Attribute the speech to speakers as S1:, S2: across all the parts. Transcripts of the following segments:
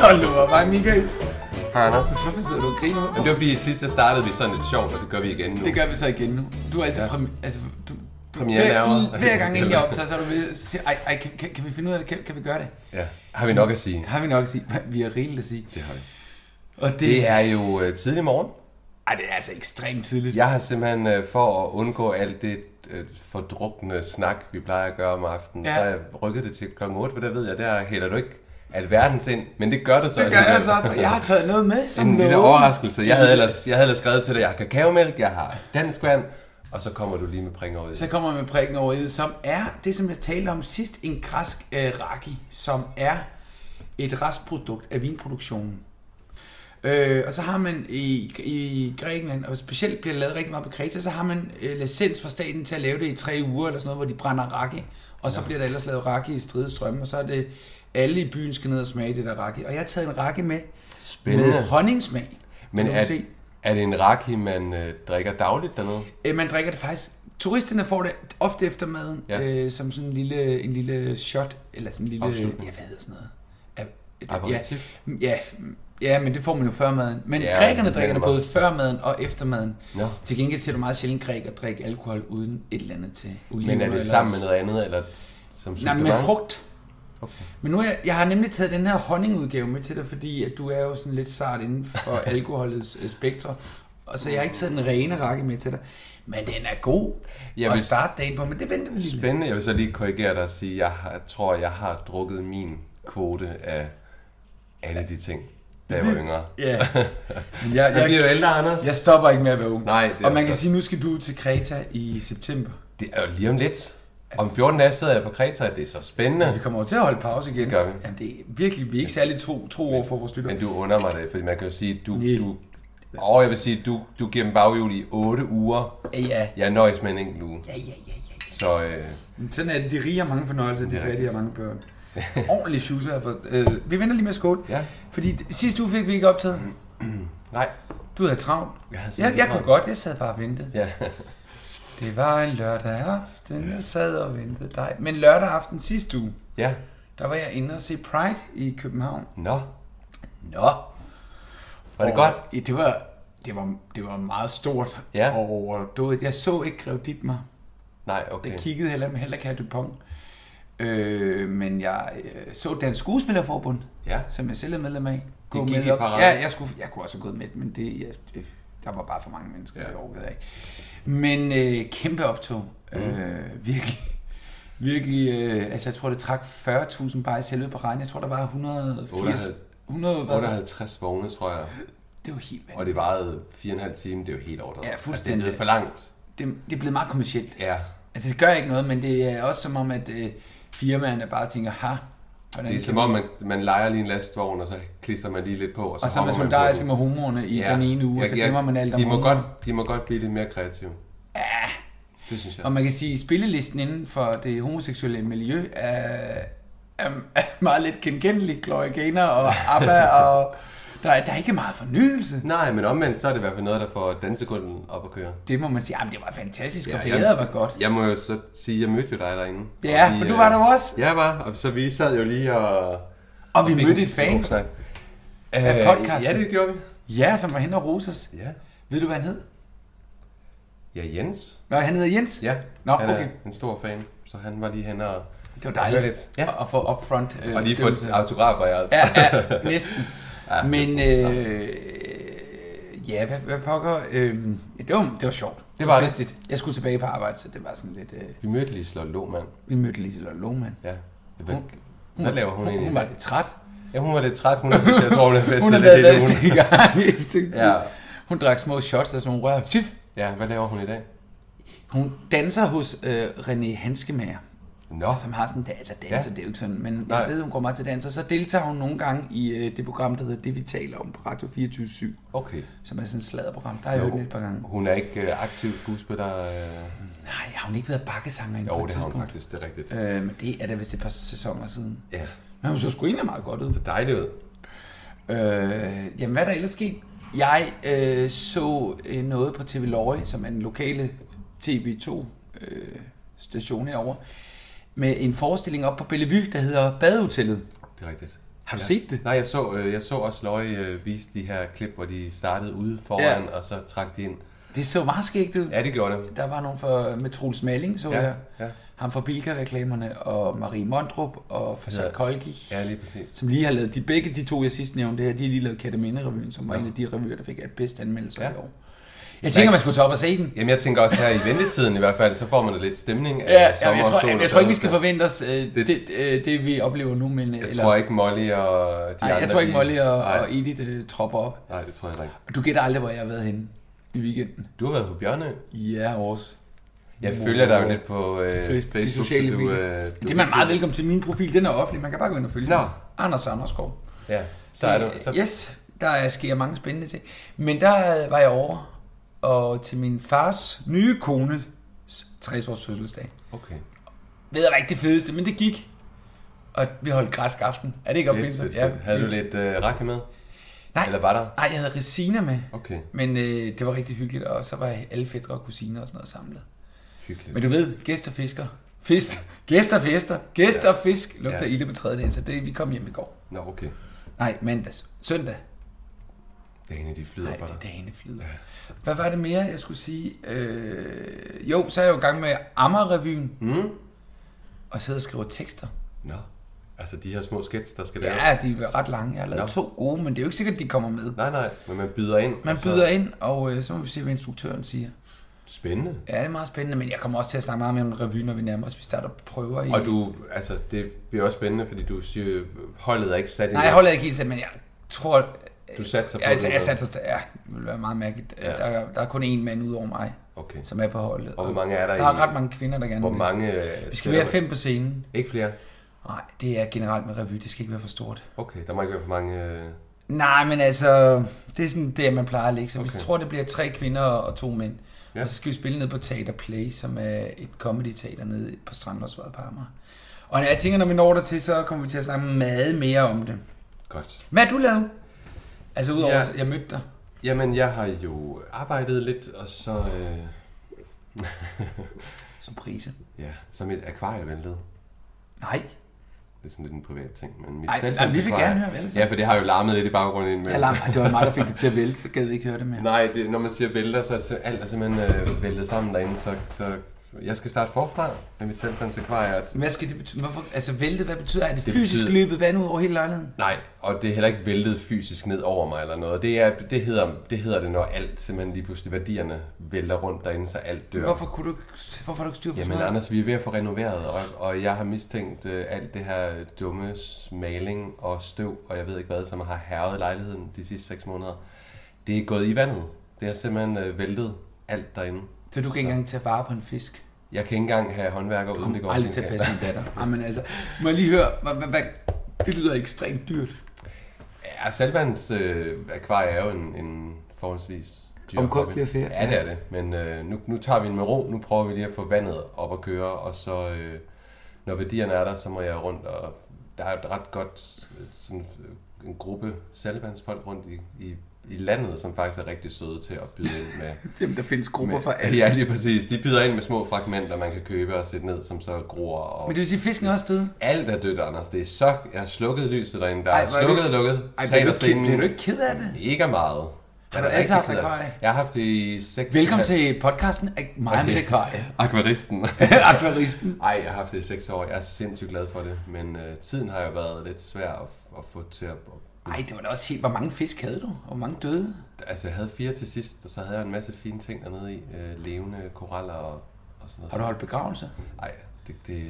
S1: Hold nu op, hej Michael.
S2: Anders.
S1: Hvorfor sidder du og griner?
S2: Men det var fordi sidst, der startede vi sådan lidt sjovt, og det gør vi igen nu.
S1: Det gør vi så igen nu. Du er altid ja.
S2: Ja.
S1: premi- altså, du, du,
S2: Premiere
S1: hver,
S2: nærmere.
S1: i, hver gang inden jeg optager, så er du ved at sige, ej, ej kan, kan, kan, vi finde ud af det? Kan, kan vi gøre det?
S2: Ja. Har vi nok at sige?
S1: Har vi nok at sige? Vi har rigeligt at sige.
S2: Det har vi.
S1: Og det,
S2: Det er jo øh, tidlig morgen.
S1: ej, det er altså ekstremt tidligt.
S2: Jeg har simpelthen, øh, for at undgå alt det øh, fordrukne snak, vi plejer at gøre om aftenen,
S1: Ja.
S2: ja. så har jeg rykket det til kl. 8, for der ved jeg, der hælder du ikke alverdens ind. Men det gør du så
S1: det gør jeg
S2: alligevel.
S1: så, for jeg har taget noget med som
S2: en lille
S1: loven.
S2: overraskelse. Jeg havde, ellers, jeg havde ellers skrevet til dig, jeg har kakaomælk, jeg har dansk vand, og så kommer du lige med pringer ud.
S1: Så kommer jeg med prikken over i, som er det, som jeg talte om sidst, en græsk øh, raki, som er et restprodukt af vinproduktionen. Øh, og så har man i, i Grækenland, og specielt bliver det lavet rigtig meget på Kreta, så har man øh, licens fra staten til at lave det i tre uger eller sådan noget, hvor de brænder raki. Og så ja. bliver der ellers lavet raki i stridestrømme, og så er det alle i byen skal ned og smage det der raki. Og jeg har taget en raki med
S2: Spændende.
S1: med honningsmag.
S2: Men
S1: Du kan
S2: er,
S1: se.
S2: er det en raki, man øh, drikker dagligt dernede?
S1: Øh, man drikker det faktisk. Turisterne får det ofte efter maden, ja.
S2: Ja.
S1: øh, som sådan en lille, en lille shot, eller sådan en lille,
S2: Afslutning.
S1: ja, hvad hedder sådan noget? Af-
S2: Aperitif?
S1: Ja, ja, ja, men det får man jo før maden. Men ja,
S2: Ja,
S1: grækerne
S2: men
S1: drikker det
S2: det
S1: både
S2: også.
S1: før maden og efter maden.
S2: Nå.
S1: Til gengæld ser du meget sjældent græk at drikke alkohol uden et eller andet til. Oliven
S2: Men er det sammen med noget andet, eller som
S1: Nej,
S2: supplement?
S1: med frugt.
S2: Okay.
S1: Men nu, er jeg, jeg har nemlig taget den her honningudgave med til dig, fordi at du er jo sådan lidt sart inden for alkoholets øh, spektre. Og så jeg har ikke taget den rene rakke med til dig. Men den er god
S2: Jeg
S1: jeg at
S2: vil-
S1: starte dagen på, men det venter vi lige med.
S2: Spændende. Jeg vil så lige korrigere dig og sige, at jeg har, tror, jeg har drukket min kvote af alle de ting, da jeg var yngre.
S1: Ja. Men jeg,
S2: Jeg bliver
S1: jeg,
S2: jo ældre, Anders.
S1: jeg stopper ikke med at være ung.
S2: Nej, det er
S1: Og man
S2: også
S1: kan
S2: godt.
S1: sige, at nu skal du til Kreta i september.
S2: Det er jo lige om lidt. Om 14 dage sidder jeg på Kreta, og det er så
S1: Vi
S2: spændende.
S1: kommer over til at holde pause igen.
S2: Det gør vi.
S1: Jamen, det er virkelig, vi er ikke særlig tro, tro over for vores lytter.
S2: Men du under mig det, fordi man kan jo sige, at du...
S1: Nej.
S2: du og jeg vil sige, at du, du giver dem baghjul i 8 uger.
S1: Ja, ja,
S2: Jeg nøjes med en enkelt uge.
S1: ja, ja, ja. ja.
S2: Så øh,
S1: Men Sådan er det. De rige har mange fornøjelser, de
S2: er
S1: fattige har mange børn. Ordentlig shoes her. For, øh, vi venter lige med skål.
S2: Ja.
S1: Fordi d- sidste uge fik vi ikke optaget.
S2: nej.
S1: Du havde travlt.
S2: Jeg havde
S1: jeg,
S2: simpelthen
S1: jeg
S2: travlt.
S1: kunne godt. Jeg sad bare og ventede.
S2: Ja.
S1: Det var en lørdag aften. Jeg sad og ventede dig. Men lørdag aften sidste uge,
S2: ja.
S1: der var jeg inde og se Pride i København.
S2: Nå,
S1: Nå.
S2: var det godt?
S1: Ja, det var, det var, det var meget stort.
S2: Ja.
S1: Og overdådigt. Jeg så ikke Grev Dittmar.
S2: Nej, okay.
S1: Jeg kiggede heller, heller ikke her Dupont. Øh, men jeg øh, så Dansk Skuespillerforbund,
S2: Ja.
S1: som jeg selv er medlem af. Gå
S2: gik
S1: med
S2: i
S1: op.
S2: parade.
S1: Ja, jeg, skulle, jeg kunne også have gået med, men det, jeg, øh, der var bare for mange mennesker, ja.
S2: Ja.
S1: det orkede jeg ikke. Men øh, kæmpe optog. Mm. Øh, virkelig. Virkelig, øh, altså jeg tror, det trak 40.000 bare i selve paraden. Jeg tror, der var 180... 100, hvad?
S2: 58 vogne, tror jeg.
S1: Det var helt
S2: Og
S1: vanvittigt.
S2: det varede 4,5 timer. Det er jo helt overdrevet.
S1: Ja,
S2: Altså,
S1: fuldstændig.
S2: det er blevet for langt.
S1: Det, det er blevet meget kommersielt.
S2: Ja.
S1: Altså, det gør ikke noget, men det er også som om, at øh, firmaerne bare tænker, ha, hvordan
S2: Det er
S1: kan
S2: som
S1: vi-
S2: om, man, man leger lige en lastvogn, og så klister man lige lidt på. Og så,
S1: Og så er man
S2: hopper
S1: solidarisk
S2: på den.
S1: med homoerne i ja. den ene uge, og så glemmer man alt om
S2: de må,
S1: homoerne.
S2: godt, de må godt blive lidt mere kreative. Ja. Det synes jeg.
S1: Og man kan sige, at spillelisten inden for det homoseksuelle miljø er, er, er meget lidt kendkendelig. Gloria Gaynor og ABBA, og der er, der er ikke meget fornyelse.
S2: Nej, men omvendt, så er det i hvert fald noget, der får dansekunden op at køre.
S1: Det må man sige, at det var fantastisk, og
S2: Ja, ja.
S1: fjæret var godt.
S2: Jeg må jo så sige, at jeg mødte jo dig derinde.
S1: Ja,
S2: Og øh,
S1: for du var der jo også.
S2: Jeg var, og så vi sad jo lige og...
S1: Og vi
S2: fik
S1: mødte
S2: en
S1: et fan
S2: god snak.
S1: af podcasten.
S2: Ja, det gjorde vi.
S1: Ja, som var hen og roses.
S2: Ja.
S1: Ved du, hvad han hed?
S2: Ja, Jens.
S1: Nå, han hedder Jens.
S2: Ja,
S1: Nå,
S2: han
S1: okay.
S2: er en stor fan, så han var lige hen og...
S1: Det var dejligt
S2: Det var lidt-
S1: ja.
S2: ja.
S1: at, at få upfront. Øh,
S2: Og lige få
S1: bedømmelse.
S2: et autograf af altså.
S1: Ja, ja, næsten.
S2: Ja,
S1: Men
S2: næsten.
S1: øh, ja, hvad, hvad pokker? Øh, det, var, det var sjovt.
S2: Det var det.
S1: festligt. Jeg skulle tilbage på arbejde, så det var sådan lidt... Øh,
S2: Vi mødte Liselotte Lohmann.
S1: vi mødte Liselotte Lohmann.
S2: Ja. Hvad,
S1: Hun-
S2: hvad laver hun,
S1: hun,
S2: egentlig?
S1: hun var lidt træt.
S2: Ja, hun var lidt træt. Hun, jeg tror, hun er festet
S1: Hun har
S2: lidt
S1: været
S2: hele
S1: været i
S2: ugen.
S1: gang i et stykke tid.
S2: Ja.
S1: Hun drak små shots af sådan nogle rør. Tjif.
S2: Ja, hvad laver hun i dag?
S1: Hun danser hos øh, René Hanskemager.
S2: Nå,
S1: som har sådan, altså danser, ja.
S2: Ja.
S1: det er jo ikke sådan, men Nej. jeg
S2: Nej.
S1: ved, hun går meget til dans, og så deltager hun nogle gange i øh, det program, der hedder Det, vi taler om på Radio 24
S2: okay.
S1: som er sådan et sladderprogram. Der har jeg hørt den et par gange.
S2: Hun er ikke øh, aktiv skuespiller. Øh...
S1: Nej, har hun ikke været bakkesanger endnu på
S2: Jo,
S1: et
S2: det har hun
S1: tidspunkt?
S2: faktisk. Det er rigtigt.
S1: Øh, men det er da vist et par sæsoner siden.
S2: Ja,
S1: Men hun så sgu egentlig meget godt ud.
S2: så dejligt ud.
S1: Øh, jamen, hvad er der ellers sket? Jeg øh, så øh, noget på TV Lorry, som er den lokale TV2 øh, station herovre, med en forestilling op på Bellevue, der hedder Badehotellet.
S2: Det er rigtigt.
S1: Har du set det?
S2: Nej, jeg så, øh, jeg så også Løje øh, vise de her klip, hvor de startede ude foran,
S1: Ja.
S2: og så trak de ind.
S1: Det så meget skægt ud.
S2: Ja, det gjorde det.
S1: Der var nogle for, med Troels Malling, så
S2: Ja,
S1: jeg.
S2: ja.
S1: Ham fra Bilka-reklamerne, og Marie Mondrup, og fra ja.
S2: Ja.
S1: Kolki.
S2: Ja, lige præcis.
S1: som lige har lavet de begge de to, jeg sidst nævnte her, de har lige lavet Katamine-revyen, som var ja. en af de revyer, der fik et bedst anmeldelse ja.
S2: Ja.
S1: i år. Jeg tænker, man skulle tage op og se den.
S2: Jamen, jeg tænker også her i ventetiden i hvert fald, så får man da lidt stemning af
S1: Ja, ja,
S2: sommer
S1: jeg,
S2: og
S1: tror,
S2: sol.
S1: jeg,
S2: og
S1: jeg tror ikke, vi skal
S2: sådan
S1: forvente os øh, det, det, øh, det, vi oplever nu. Men, øh,
S2: noget. Jeg tror ikke Molly og de
S1: nej,
S2: andre.
S1: jeg tror ikke,
S2: de-
S1: Molly og,
S2: Nej,
S1: og Edith øh, tropper op.
S2: nej, det tror jeg ikke.
S1: Og Du gætter aldrig, hvor jeg har været henne i weekenden.
S2: Du har været på Bjørnø.
S1: Ja, vores.
S2: Jeg følger dig jo lidt på øh,
S1: de
S2: Facebook,
S1: sociale
S2: så du,
S1: medier.
S2: øh, du...
S1: Det er man meget velkommen til. Min profil, den er offentlig. Man kan bare gå ind og følge
S2: Nå.
S1: mig. Anders Anderskov.
S2: Ja, så er du. Så...
S1: øh, Yes, der er- sker mange spændende ting. Men der øh, var jeg over og til min fars nye kone 60 års fødselsdag.
S2: Okay.
S1: Ved jeg var ikke det fedeste, men det gik. Og vi holdt græsk aften. Er det ikke
S2: Fedt, fedt,
S1: opfindsomt?
S2: fedt. Havde du lidt øh, rakke med?
S1: Nej.
S2: Eller var der?
S1: Nej, jeg havde Resina med.
S2: Okay,
S1: Men øh, det var rigtig hyggeligt, og så var alle fædre og kusiner og sådan noget samlet.
S2: hyggeligt.
S1: Men du ved, gæster fisker. Fist. Gæster fester. Gæster ja. fisk. Lugter ja.
S2: Ja.
S1: ilde på tredje dagen, så det, vi kom hjem i går.
S2: Nå, okay.
S1: Nej, mandags. Søndag.
S2: Dagene, de flyder
S1: Nej,
S2: for
S1: det er
S2: dig.
S1: dagene flyder. Hvad var det mere, jeg skulle sige? Øh, jo, så er jeg jo i gang med Amager-revyen
S2: Mm?
S1: og sidder og skriver tekster.
S2: Nå. Altså, de her små skits, der skal laves.
S1: Ja, de er ret lange. Jeg har lavet
S2: Nå.
S1: to gode, men det er jo ikke sikkert, de kommer med.
S2: Nej, nej, men man byder ind. Altså,
S1: Man
S2: og så-
S1: byder ind, og øh, så må vi se, hvad instruktøren siger.
S2: Spændende.
S1: Ja, det er meget spændende, men jeg kommer også til at snakke meget mere om revyen, når vi nærmer os. Vi starter prøver i...
S2: Og du, altså, det bliver også spændende, fordi du siger, holdet er ikke sat i
S1: Nej,
S2: det.
S1: jeg holder ikke helt selv, men jeg tror...
S2: Du satser på
S1: jeg, jeg,
S2: det.
S1: jeg satser, ja, altså, det ville være meget mærkeligt. Ja.
S2: Ja.
S1: Der, er- der er kun én mand ud over mig,
S2: Okay.
S1: som er på holdet.
S2: Og hvor mange er der
S1: Der er
S2: i-
S1: ret mange kvinder, der gerne
S2: Hvor
S1: vil.
S2: mange... øh,
S1: Vi skal være fem på scenen.
S2: Ikke flere?
S1: Nej, det er generelt med revy, det skal ikke være for stort.
S2: Okay, der må ikke være for mange... øh,
S1: Nej, men altså, det er sådan det, man plejer at lægge. Så okay. vi
S2: Okay.
S1: tror, det bliver tre kvinder og to mænd. Ja.
S2: Ja.
S1: Og så skal vi spille ned på Teater Play, som er et comedy-teater nede på Strandvårdsvej på Amager. Og jeg tænker, når vi når dertil, så kommer vi til at snakke meget mere om det.
S2: Godt.
S1: Hvad har du lavet? Altså, udover
S2: Ja.
S1: at jeg mødte dig.
S2: Jamen, jeg har jo arbejdet lidt, og så... Øh,
S1: Som prise.
S2: ja, så mit akvarie væltede.
S1: Nej.
S2: Det er sådan lidt en privat ting, men mit
S1: Ej,
S2: selvtænds
S1: ej, vi vil
S2: akvarie-
S1: gerne høre, hvad ellers er.
S2: Ja, for det har jo larmet lidt i baggrunden indimellem.
S1: Alarm. Ej, Det var mig, der fik det til at vælte, så gad vi ikke høre det mere.
S2: Nej, det, når man siger vælter, så er det så- alt er simpelthen øh, væltet sammen derinde, så, så Jeg skal starte forfra med mit saltvandsakvarie. og-
S1: Hvad skal det betyde? Hvorfor? Altså væltet, hvad betyder det? Er det, det
S2: Det
S1: fysisk betyder...
S2: betyder-
S1: løbet vand ud over hele lejligheden?
S2: Nej, og det er heller ikke væltet fysisk ned over mig eller noget. Det, er, det, hedder, det hedder det, når alt simpelthen lige pludselig værdierne vælter rundt derinde, så alt dør.
S1: Hvorfor, kunne du, ikke- hvorfor har du ikke styr på
S2: Jamen
S1: sådan noget?
S2: Anders, vi er ved at få renoveret, og, og jeg har mistænkt øh, alt det her dumme s- maling og støv, og jeg ved ikke hvad, som har hervet lejligheden de sidste 6 måneder. Det er gået i vandet. Det har simpelthen øh, væltet alt derinde.
S1: Så du kan ikke engang tage vare på en fisk?
S2: Jeg kan ikke engang have håndværker uden det
S1: Kom
S2: går.
S1: aldrig
S2: op,
S1: til at
S2: tænker
S1: passe min datter. Jamen altså, må jeg lige høre, hvad, hvad, hvad, det lyder ekstremt dyrt.
S2: jeg. Ja, salvands øh, akvarie er jo en, en forholdsvis dyr
S1: Omkostelig
S2: hobby.
S1: affære.
S2: Ja, det er det. Men øh, nu, nu tager vi den med ro. Nu prøver vi lige at få vandet op at køre, og så øh, når værdierne er der, så må jeg rundt og der er et ret godt øh, sådan, øh, en gruppe salvandsfolk rundt i, i, i landet, som faktisk er rigtig søde til at byde ind med
S1: Dem, der findes grupper for alt.
S2: Ja, lige præcis. De byder ind med små fragmenter, man kan købe og sætte ned, som så gror. Og
S1: Men det vil sige, at fisken er også døde?
S2: alt er dødt, Anders. Det er så... Jeg har slukket lyset derinde. Der
S1: Ej,
S2: er
S1: hvor er det-
S2: slukket og lukket.
S1: Ej, bliver du, ikke,
S2: Teaterscenen.
S1: bliver du ikke ked af det?
S2: Mega meget.
S1: Har
S2: Jeg
S1: du
S2: er
S1: altid
S2: rigtig
S1: haft
S2: ked af det.
S1: akvarie?
S2: Jeg har haft det i 6
S1: Velkommen til podcasten Ak- Mig okay. med
S2: Okay.
S1: akvarie.
S2: Akvaristen.
S1: Akvaristen.
S2: Ej, jeg har haft det i 6 år. Jeg er sindssygt glad for det. Men øh, tiden har jo været lidt svær at, at få til at...
S1: Ej, det var da også helt... Hvor mange fisk havde du? Og hvor mange døde?
S2: Altså, jeg havde fire til sidst, og så havde jeg en masse fine ting dernede i. Øh, levende koraller og, og sådan noget.
S1: Har du holdt begravelser?
S2: Nej, det, det, øh,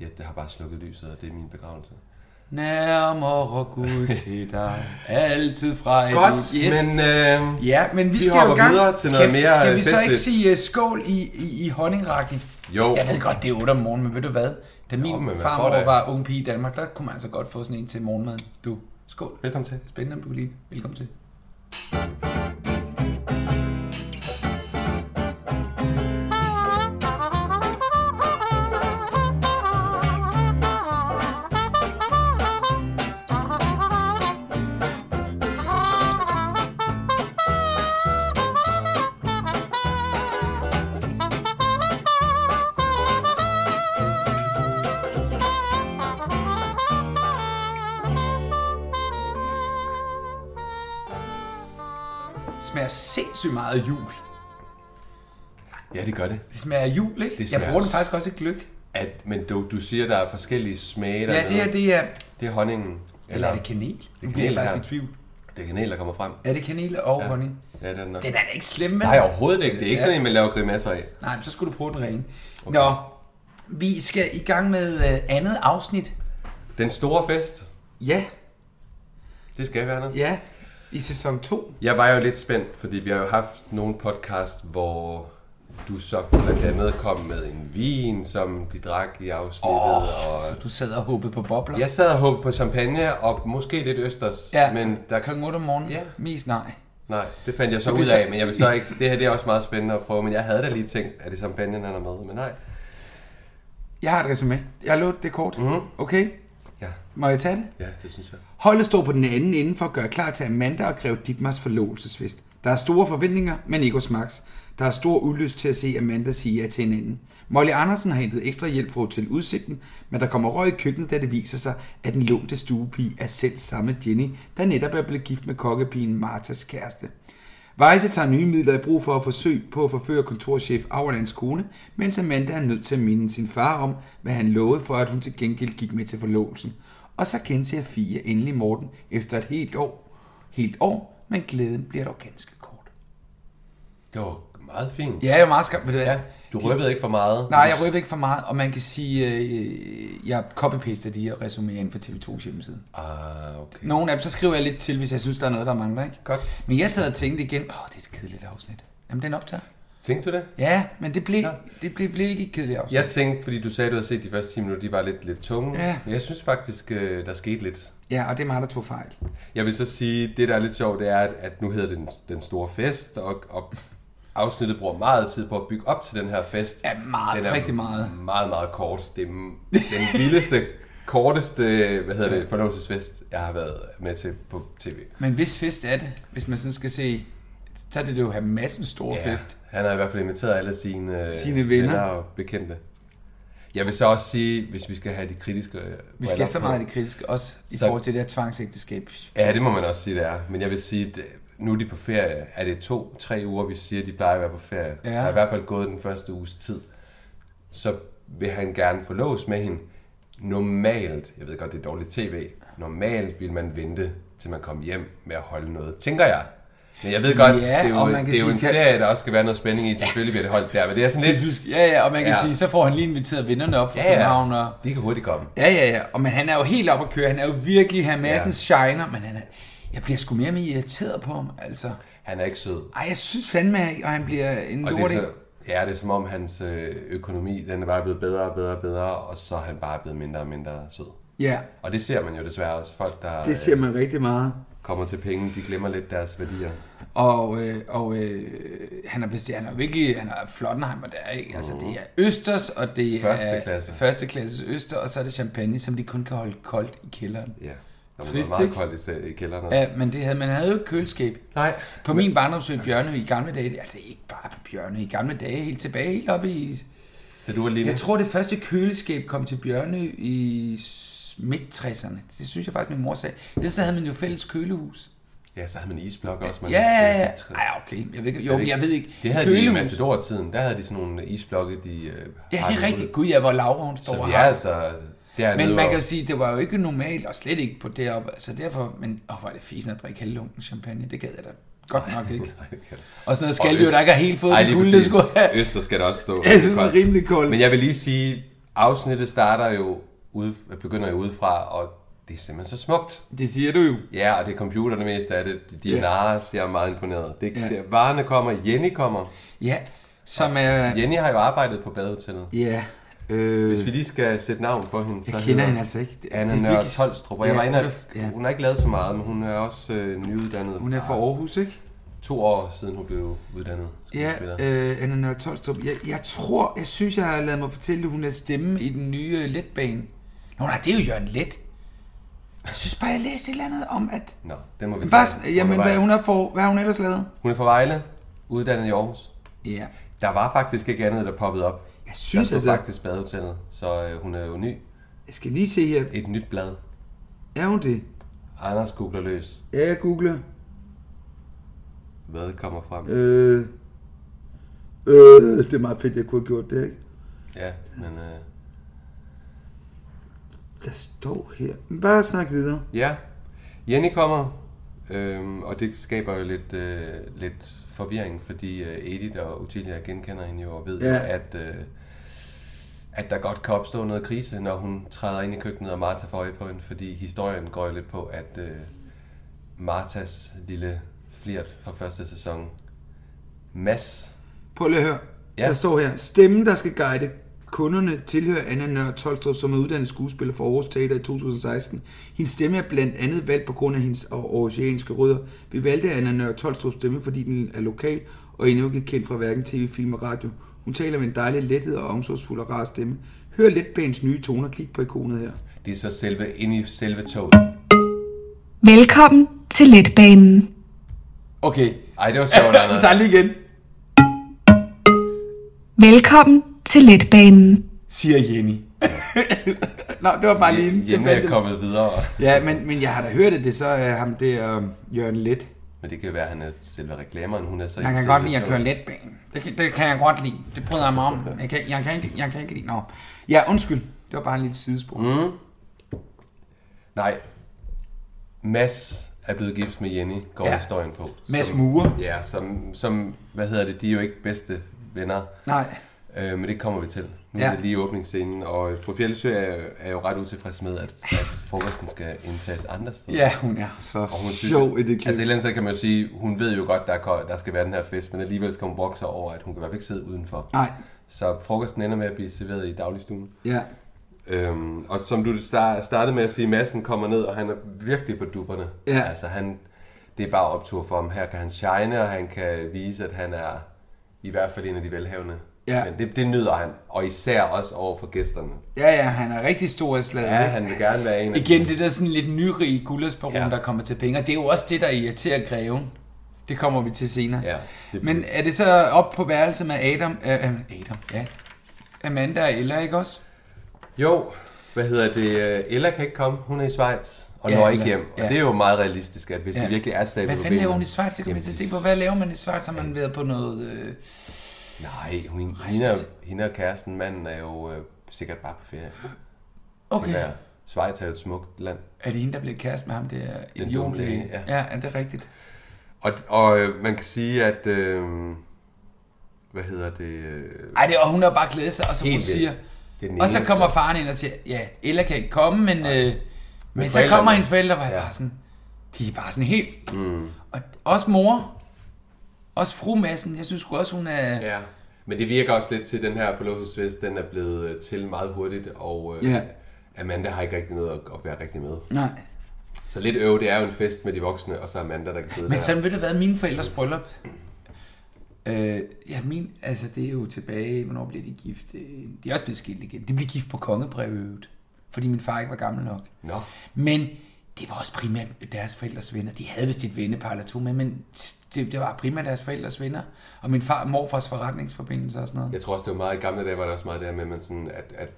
S2: ja, det har bare slukket lyset, og det er min begravelse.
S1: Nærmere Gud til dig. Altid fra et
S2: Godt, yes. men øh,
S1: Ja, men vi,
S2: Vi
S1: skal jo
S2: hopper
S1: i gang.
S2: videre til noget
S1: skal,
S2: mere,
S1: Skal
S2: øh,
S1: vi så ikke
S2: festligt.
S1: sige uh, skål i, i, i honningrakken?
S2: jo,
S1: Jeg ved godt, det er 8 om morgenen, men ved du hvad? Da min
S2: men
S1: jo,
S2: man får
S1: farmor
S2: da-
S1: var ung pige i Danmark, der kunne man altså godt få sådan en til morgenmaden. Du, skål.
S2: velkommen til.
S1: Spændende, om du kan lide. det. Velkommen til. smager sindssygt meget af jul.
S2: Ja, det gør det.
S1: Det smager af jul, ikke?
S2: Det
S1: jeg
S2: smager
S1: bruger den
S2: s-
S1: faktisk også i gløk.
S2: At, men du, du siger, der er forskellige smage
S1: Ja,
S2: dernede.
S1: det her, det er...
S2: det er honningen.
S1: Eller er det kanel? Det kanel, bliver
S2: kanel,
S1: jeg faktisk
S2: ja.
S1: i tvivl.
S2: det er kanel, der kommer frem.
S1: Er det kanel og ja. honning?
S2: Ja, det er det nok.
S1: Den er da ikke slem, men...
S2: Nej, overhovedet ikke. Det er ikke sådan en, man laver grimasser af.
S1: Nej, men så skulle du prøve den rene. Okay. Nå, vi skal i gang med øh, andet afsnit.
S2: Den store fest,
S1: Ja,
S2: det skal vi, Anders.
S1: ja. I sæson 2.
S2: Jeg var jo lidt spændt, fordi vi har jo haft nogle podcast, hvor du så blandt andet kom med en vin, som de drak i afsnittet.
S1: Åh,
S2: og...
S1: så du sad og håbede på bobler.
S2: Jeg sad og håbede på champagne og måske lidt østers,
S1: Ja.
S2: men der kan...
S1: Klokken 8 om morgenen.
S2: Ja.
S1: Mest nej.
S2: Nej, det fandt jeg så
S1: Det
S2: ud
S1: bliver
S2: af,
S1: så-
S2: men jeg vil så ikke... Det her det er også meget spændende at prøve, men jeg havde da lige tænkt, at det champagne, han er med, men nej.
S1: Jeg har et resume. Jeg har lovet det kort. Mm-hmm. Okay,
S2: Ja,
S1: må jeg tage det?
S2: ja det synes jeg.
S1: Holdet står på den anden ende for at gøre klar til Amanda og Grev Dietmars forlovelsesfest. Der er store forventninger, men ikke hos Max. Der er stor ulyst til at se Amanda sige ja til hinanden. Molly Andersen har hentet ekstra hjælp fra Hotel Udsigten, men der kommer røg i køkkenet, da det viser sig, at den lånte stuepige er selv samme Jenny, der netop er blevet gift med kokkepigen Martas kæreste. Weisse tager nye midler i brug for at forsøge på at forføre kontorchef Auerlands kone, mens Amanda er nødt til at minde sin far om, hvad han lovede for, at hun til gengæld gik med til forlovelsen. Og så kendte Fia endelig Morten efter et helt år. Helt år, men glæden bliver dog ganske kort.
S2: Det var meget fint.
S1: Ja, jeg er meget skam, ved du hvad?
S2: ja du røbede ikke for meget.
S1: Nej, jeg røber ikke for meget, og man kan sige, øh, jeg copy-paster de her resuméer inden for TV2's hjemmeside.
S2: Ah, okay.
S1: Nogle af dem, så skriver jeg lidt til, hvis jeg synes, der er noget, der mangler, ikke?
S2: Godt.
S1: Men jeg sad og tænkte igen, åh, det er et kedeligt afsnit. Jamen, den optager.
S2: Tænkte du det?
S1: Ja, men det blev,
S2: Ja.
S1: det blev, blev ikke et kedeligt afsnit.
S2: Jeg tænkte, fordi du sagde, at du havde set de første 10 minutter, de var lidt, lidt tunge.
S1: Ja.
S2: Jeg synes faktisk, øh, der skete lidt.
S1: Ja, og det er mig, der tog fejl.
S2: Jeg vil så sige, det der er lidt sjovt, det er, at, at nu hedder det den, den store fest, og, og afsnittet bruger meget tid på at bygge op til den her fest.
S1: Ja, meget,
S2: den er
S1: rigtig meget.
S2: meget, meget kort. Det er m- den vildeste, korteste, hvad hedder det, forlovelsesfest, jeg har været med til på tv.
S1: Men hvis fest er det, hvis man sådan skal se, så er det jo have massen store ja. fest.
S2: Han har i hvert fald inviteret alle sine, øh,
S1: Sine venner.
S2: og bekendte. Jeg vil så også sige, hvis vi skal have de kritiske... øh,
S1: Vi skal
S2: briller
S1: så
S2: på-
S1: meget af det kritiske, også i så...
S2: Så-
S1: forhold til det her tvangsægteskab.
S2: Ja, det må man også sige, det er. Men jeg vil sige, det, nu er de på ferie. Er det to-tre uger, vi siger, de plejer at være på ferie?
S1: Ja.
S2: Der er i hvert fald gået den første uges tid. Så vil han gerne forlås med hende. Normalt, jeg ved godt, det er dårligt tv, normalt vil man vente, til man kommer hjem med at holde noget, tænker jeg. Men jeg ved godt,
S1: Ja,
S2: det er jo,
S1: og man kan
S2: det er jo
S1: sige,
S2: en
S1: kan-
S2: serie, der også skal være noget spænding i. Selvfølgelig bliver det holdt der, men det er sådan lidt...
S1: Ja, ja, og man kan
S2: Ja.
S1: ja. sige, så får han lige inviteret vennerne op fra
S2: Ja,
S1: København.
S2: ja,
S1: Og...
S2: de kan hurtigt komme.
S1: Ja, ja, ja. Og men han er jo helt op at køre. Han er jo virkelig her massens ja. shiner, men han er... Jeg bliver sgu mere og mere irriteret på ham, altså.
S2: Han er ikke sød.
S1: Ej, jeg synes fandme, at han bliver en
S2: Og det er
S1: lortig...
S2: så, ja, det er som om hans øh, økonomi, den er bare blevet bedre og bedre og bedre, og så er han bare blevet mindre og mindre sød.
S1: Ja,
S2: Og det ser man jo desværre også. Folk, der
S1: det ser man rigtig meget.
S2: øh, kommer til penge, de glemmer lidt deres værdier.
S1: Og, øh, og øh, han er bestemt, han er virkelig, han er flottenheimer der, ikke? Altså, det er Østers, og det
S2: Mhm. Første
S1: er
S2: klasse.
S1: første klasses Øster, og så er det champagne, som de kun kan holde koldt i kælderen.
S2: Ja. Der må
S1: Trist,
S2: være meget
S1: ikke?
S2: koldt i, se- i kælderen også.
S1: Ja, men det havde, man havde jo ikke køleskab.
S2: Nej.
S1: På min barndomsø i Bjørnø i gamle dage, ja, det er ikke bare på Bjørnø, i gamle dage, helt tilbage, helt oppe i...
S2: Da du var lille.
S1: Jeg tror, det første køleskab kom til Bjørnø i s- midt-60'erne. Det synes jeg faktisk, min mor sagde. Ellers så havde man jo fælles kølehus.
S2: Ja, så havde man isblok også. Man
S1: Ja, ja, ja.
S2: Det var
S1: Ej, okay. Jeg ved ikke, jo,
S2: ikke-
S1: jeg ved ikke.
S2: Det havde de i Matador-tiden. Der havde de sådan nogle isblokke, de... Øh,
S1: Ja, det
S2: hakkede
S1: er rigtigt.
S2: ud.
S1: Gud, ja, hvor Laura hun står
S2: Så
S1: og
S2: vi er
S1: har.
S2: altså... Det er
S1: Men
S2: nede
S1: man
S2: over-
S1: kan jo sige, det var jo ikke normalt, og slet ikke på deroppe. Altså derfor, men åh, hvor er det fesen at drikke halvlunken champagne. Det gad jeg da godt nok ikke.
S2: Nej, det kan du.
S1: Og sådan noget
S2: Og
S1: skal vi jo
S2: Øst-
S1: da ikke have helt fået
S2: Ej,
S1: den
S2: lige
S1: kulde, det
S2: præcis.
S1: skulle have.
S2: Øster skal der også stå.
S1: Ja, sådan
S2: Koldt.
S1: rimelig kold.
S2: Men jeg vil lige sige, afsnittet starter jo ude, begynder jo udefra, og det er simpelthen så smukt.
S1: Det siger du jo.
S2: Ja, og det er computer det meste af det. De- De
S1: Ja.
S2: yeah. narres, jeg er meget imponeret. Det,
S1: Ja.
S2: yeah. det, varerne kommer, Jenny kommer.
S1: Ja, som er...
S2: Jenny har jo arbejdet på badehotellet.
S1: Ja, øh,
S2: Hvis vi lige skal sætte navn på hende, så
S1: jeg
S2: hedder
S1: kender hende altså ikke. Det-
S2: Anna
S1: det er
S2: Nørre
S1: virkelig-
S2: Tolstrup, og jeg
S1: Ja,
S2: var inde,
S1: hun
S2: og-
S1: er- ja.
S2: hun har ikke lavet så meget, men hun er også øh, nyuddannet.
S1: Hun er fra Aarhus, ikke?
S2: To år siden hun blev uddannet
S1: Ja,
S2: skuespiller.
S1: øh, Anna Nørre Tolstrup. Jeg, jeg tror, jeg synes, jeg har lavet mig fortælle, at hun er stemme i den nye øh, letbane. Nå nej, det er jo Jørgen Let. Jeg synes bare, jeg læste et eller andet om, at...
S2: Nå, den må vi
S1: Bare,
S2: tage
S1: sådan- jamen, hvad,
S2: undervejs.
S1: hun er for, hvad har hun ellers lavet?
S2: Hun er fra Vejle, uddannet i Aarhus.
S1: Ja.
S2: Der var faktisk ikke andet, der poppede op.
S1: Jeg
S2: Der
S1: synes
S2: stod
S1: altså,
S2: faktisk badehotellet, så øh, hun er jo ny.
S1: jeg skal lige se her.
S2: Et nyt blad.
S1: Er hun det?
S2: Anders googler løs.
S1: Ja, jeg googler.
S2: Hvad kommer frem?
S1: Øh, øh, det er meget fedt, jeg kunne have gjort det, ikke?
S2: Ja, men... Øh,
S1: Der står her. Men Bare snak videre.
S2: ja, Jenny kommer, øhm, og det skaber jo lidt, øh, lidt forvirring, fordi øh, Edith og Utilia genkender hende jo og ved, ja.
S1: Ja.
S2: at, øh, at der godt kan opstå noget krise, når hun træder ind i køkkenet, og Martha får øje på hende, fordi historien går jo lidt på, at øh, Martas lille flirt fra første sæson, Mads,
S1: Prøv lige at høre.
S2: Ja.
S1: Ja. Der står her. Stemmen, der skal guide kunderne, tilhører Anna Nørre Tolstrup, som er uddannet skuespiller for Aarhus Teater i 2016. Hendes stemme er blandt andet valgt på grund af hendes oceanske rødder. Vi valgte Anna Nørre Tolstrups stemme, fordi den er lokal og endnu ikke kendt fra hverken tv, film og radio. Hun taler med en dejlig lethed og omsorgsfuld og rar stemme. Hør lidt bagens nye toner. Klik på ikonet her.
S2: det er så selve inde i selve toget.
S3: Velkommen til Letbanen.
S1: Okay.
S2: Ej, det var sjovt, Anders.
S1: lige igen.
S3: Velkommen til Letbanen.
S1: Siger Jenny. Nå, det var bare
S2: Jenny er kommet videre.
S1: Ja, men, men jeg har da hørt, at det så er ham der um, Jørgen Let.
S2: Men det kan være, at han er selve reklameren. Hun er så
S1: Jeg
S2: ikke
S1: kan
S2: selve
S1: godt lide at
S2: showet.
S1: køre letbane. Det kan, det kan jeg godt lide. Det bryder jeg mig om. Jeg kan, jeg kan, ikke, jeg kan ikke lide... Nå. Ja, undskyld. Det var bare en lille sidespor. Mm.
S2: Nej. Mads er blevet gift med Jenny, går ja.
S1: Ja.
S2: historien på.
S1: Mads
S2: Som-
S1: Mure.
S2: Ja, som, som, hvad hedder det, de er jo ikke bedste venner.
S1: Nej.
S2: Øh, men det kommer vi til. Nu ja.
S1: Ja.
S2: er det lige åbningsscenen, og øh, fru Fjeldsø er, jo- er jo ret utilfreds med, at, at frokosten skal indtages andre steder.
S1: Ja, hun er så
S2: Og hun synes,
S1: sjov i det klip.
S2: altså et eller andet sted kan man jo sige, hun ved jo godt, der, er ko- der skal være den her fest, men alligevel skal hun brokke sig over, at hun kan i hvert fald ikke sidde udenfor.
S1: Nej.
S2: Så frokosten ender med at blive serveret i dagligstuen.
S1: Ja.
S2: Øhm, og som du star- startede med at sige, massen kommer ned, og han er virkelig på dupperne.
S1: Ja.
S2: Altså, han, det er bare optur for ham. Her kan han shine, og han kan vise, at han er i hvert fald en af de velhavende.
S1: Ja.
S2: Men det, det nyder han, og især også over for gæsterne.
S1: Ja, ja, han er rigtig stor i slaget.
S2: Ja, han vil gerne være en af
S1: Igen,
S2: de-
S1: det der sådan lidt nyrige guldersbaron,
S2: Ja.
S1: ja. der kommer til penge. Og det er jo også det, der irriterer greven. Det kommer vi til senere.
S2: Ja, det er
S1: Men
S2: præcis.
S1: er det så op på værelset med Adam? Øh, øh, Adam, ja. Amanda og Ella, ikke også?
S2: Jo, Hvad hedder det? øh, Ella kan ikke komme. Hun er i Schweiz og
S1: Ja,
S2: når ikke
S1: Ella.
S2: hjem. Og
S1: Ja.
S2: det er jo meget realistisk, at hvis
S1: Ja.
S2: det virkelig er stablet
S1: Hvad
S2: på
S1: fanden laver hun i
S2: benene-
S1: Schweiz? Det kan man til at tænke på. Hvad laver man i Schweiz? Har man været på noget... Øh...
S2: Nej, hun, hende, og, hende og kæresten, manden er jo øh, sikkert bare på ferie. Okay.
S1: Okay.
S2: Jeg. Schweiz er jo et smukt land.
S1: Er det hende, der bliver kæreste med ham? Det er
S2: dumme
S1: idioten.
S2: læge, ja.
S1: ja, er det rigtigt?
S2: Og, og øh, man kan sige, at... Øh, hvad hedder det? Øh,
S1: Ej, det, og hun har bare glædet sig, og så hun
S2: Helt vildt.
S1: siger...
S2: Det er den
S1: Og så
S2: eneste.
S1: kommer faren ind og siger, ja, Ella kan ikke komme, men, øh, men så
S2: forældrene-
S1: kommer hendes forældre, og jeg
S2: Ja.
S1: bare sådan, de er bare sådan helt... Mm. Og også mor, også fru Madsen, jeg synes sgu også, hun er...
S2: Ja, men det virker også lidt til, at den her forlovelsesfest, den er blevet øh, til meget hurtigt, og øh,
S1: Ja.
S2: Amanda har ikke rigtig noget at, at være rigtig med.
S1: Nej.
S2: Så lidt øv, det er jo en fest med de voksne, og så Amanda, der kan sidde
S1: Men
S2: der.
S1: sådan ville det have været mine forældres bryllup. Øh, ja, min, altså det er jo tilbage, hvornår blev de gift? Øh, De er også blevet skilt igen. De blev gift på kongebrevet, fordi min far ikke var gammel nok.
S2: Nå.
S1: Men det var også primært deres forældres venner. De havde vist et vennepar eller to med, men det, det var primært deres forældres venner. Og min far og morfars forretningsforbindelser og sådan noget.
S2: Jeg tror også, det var meget i gamle dage, var det også meget der med, at man sådan, at, at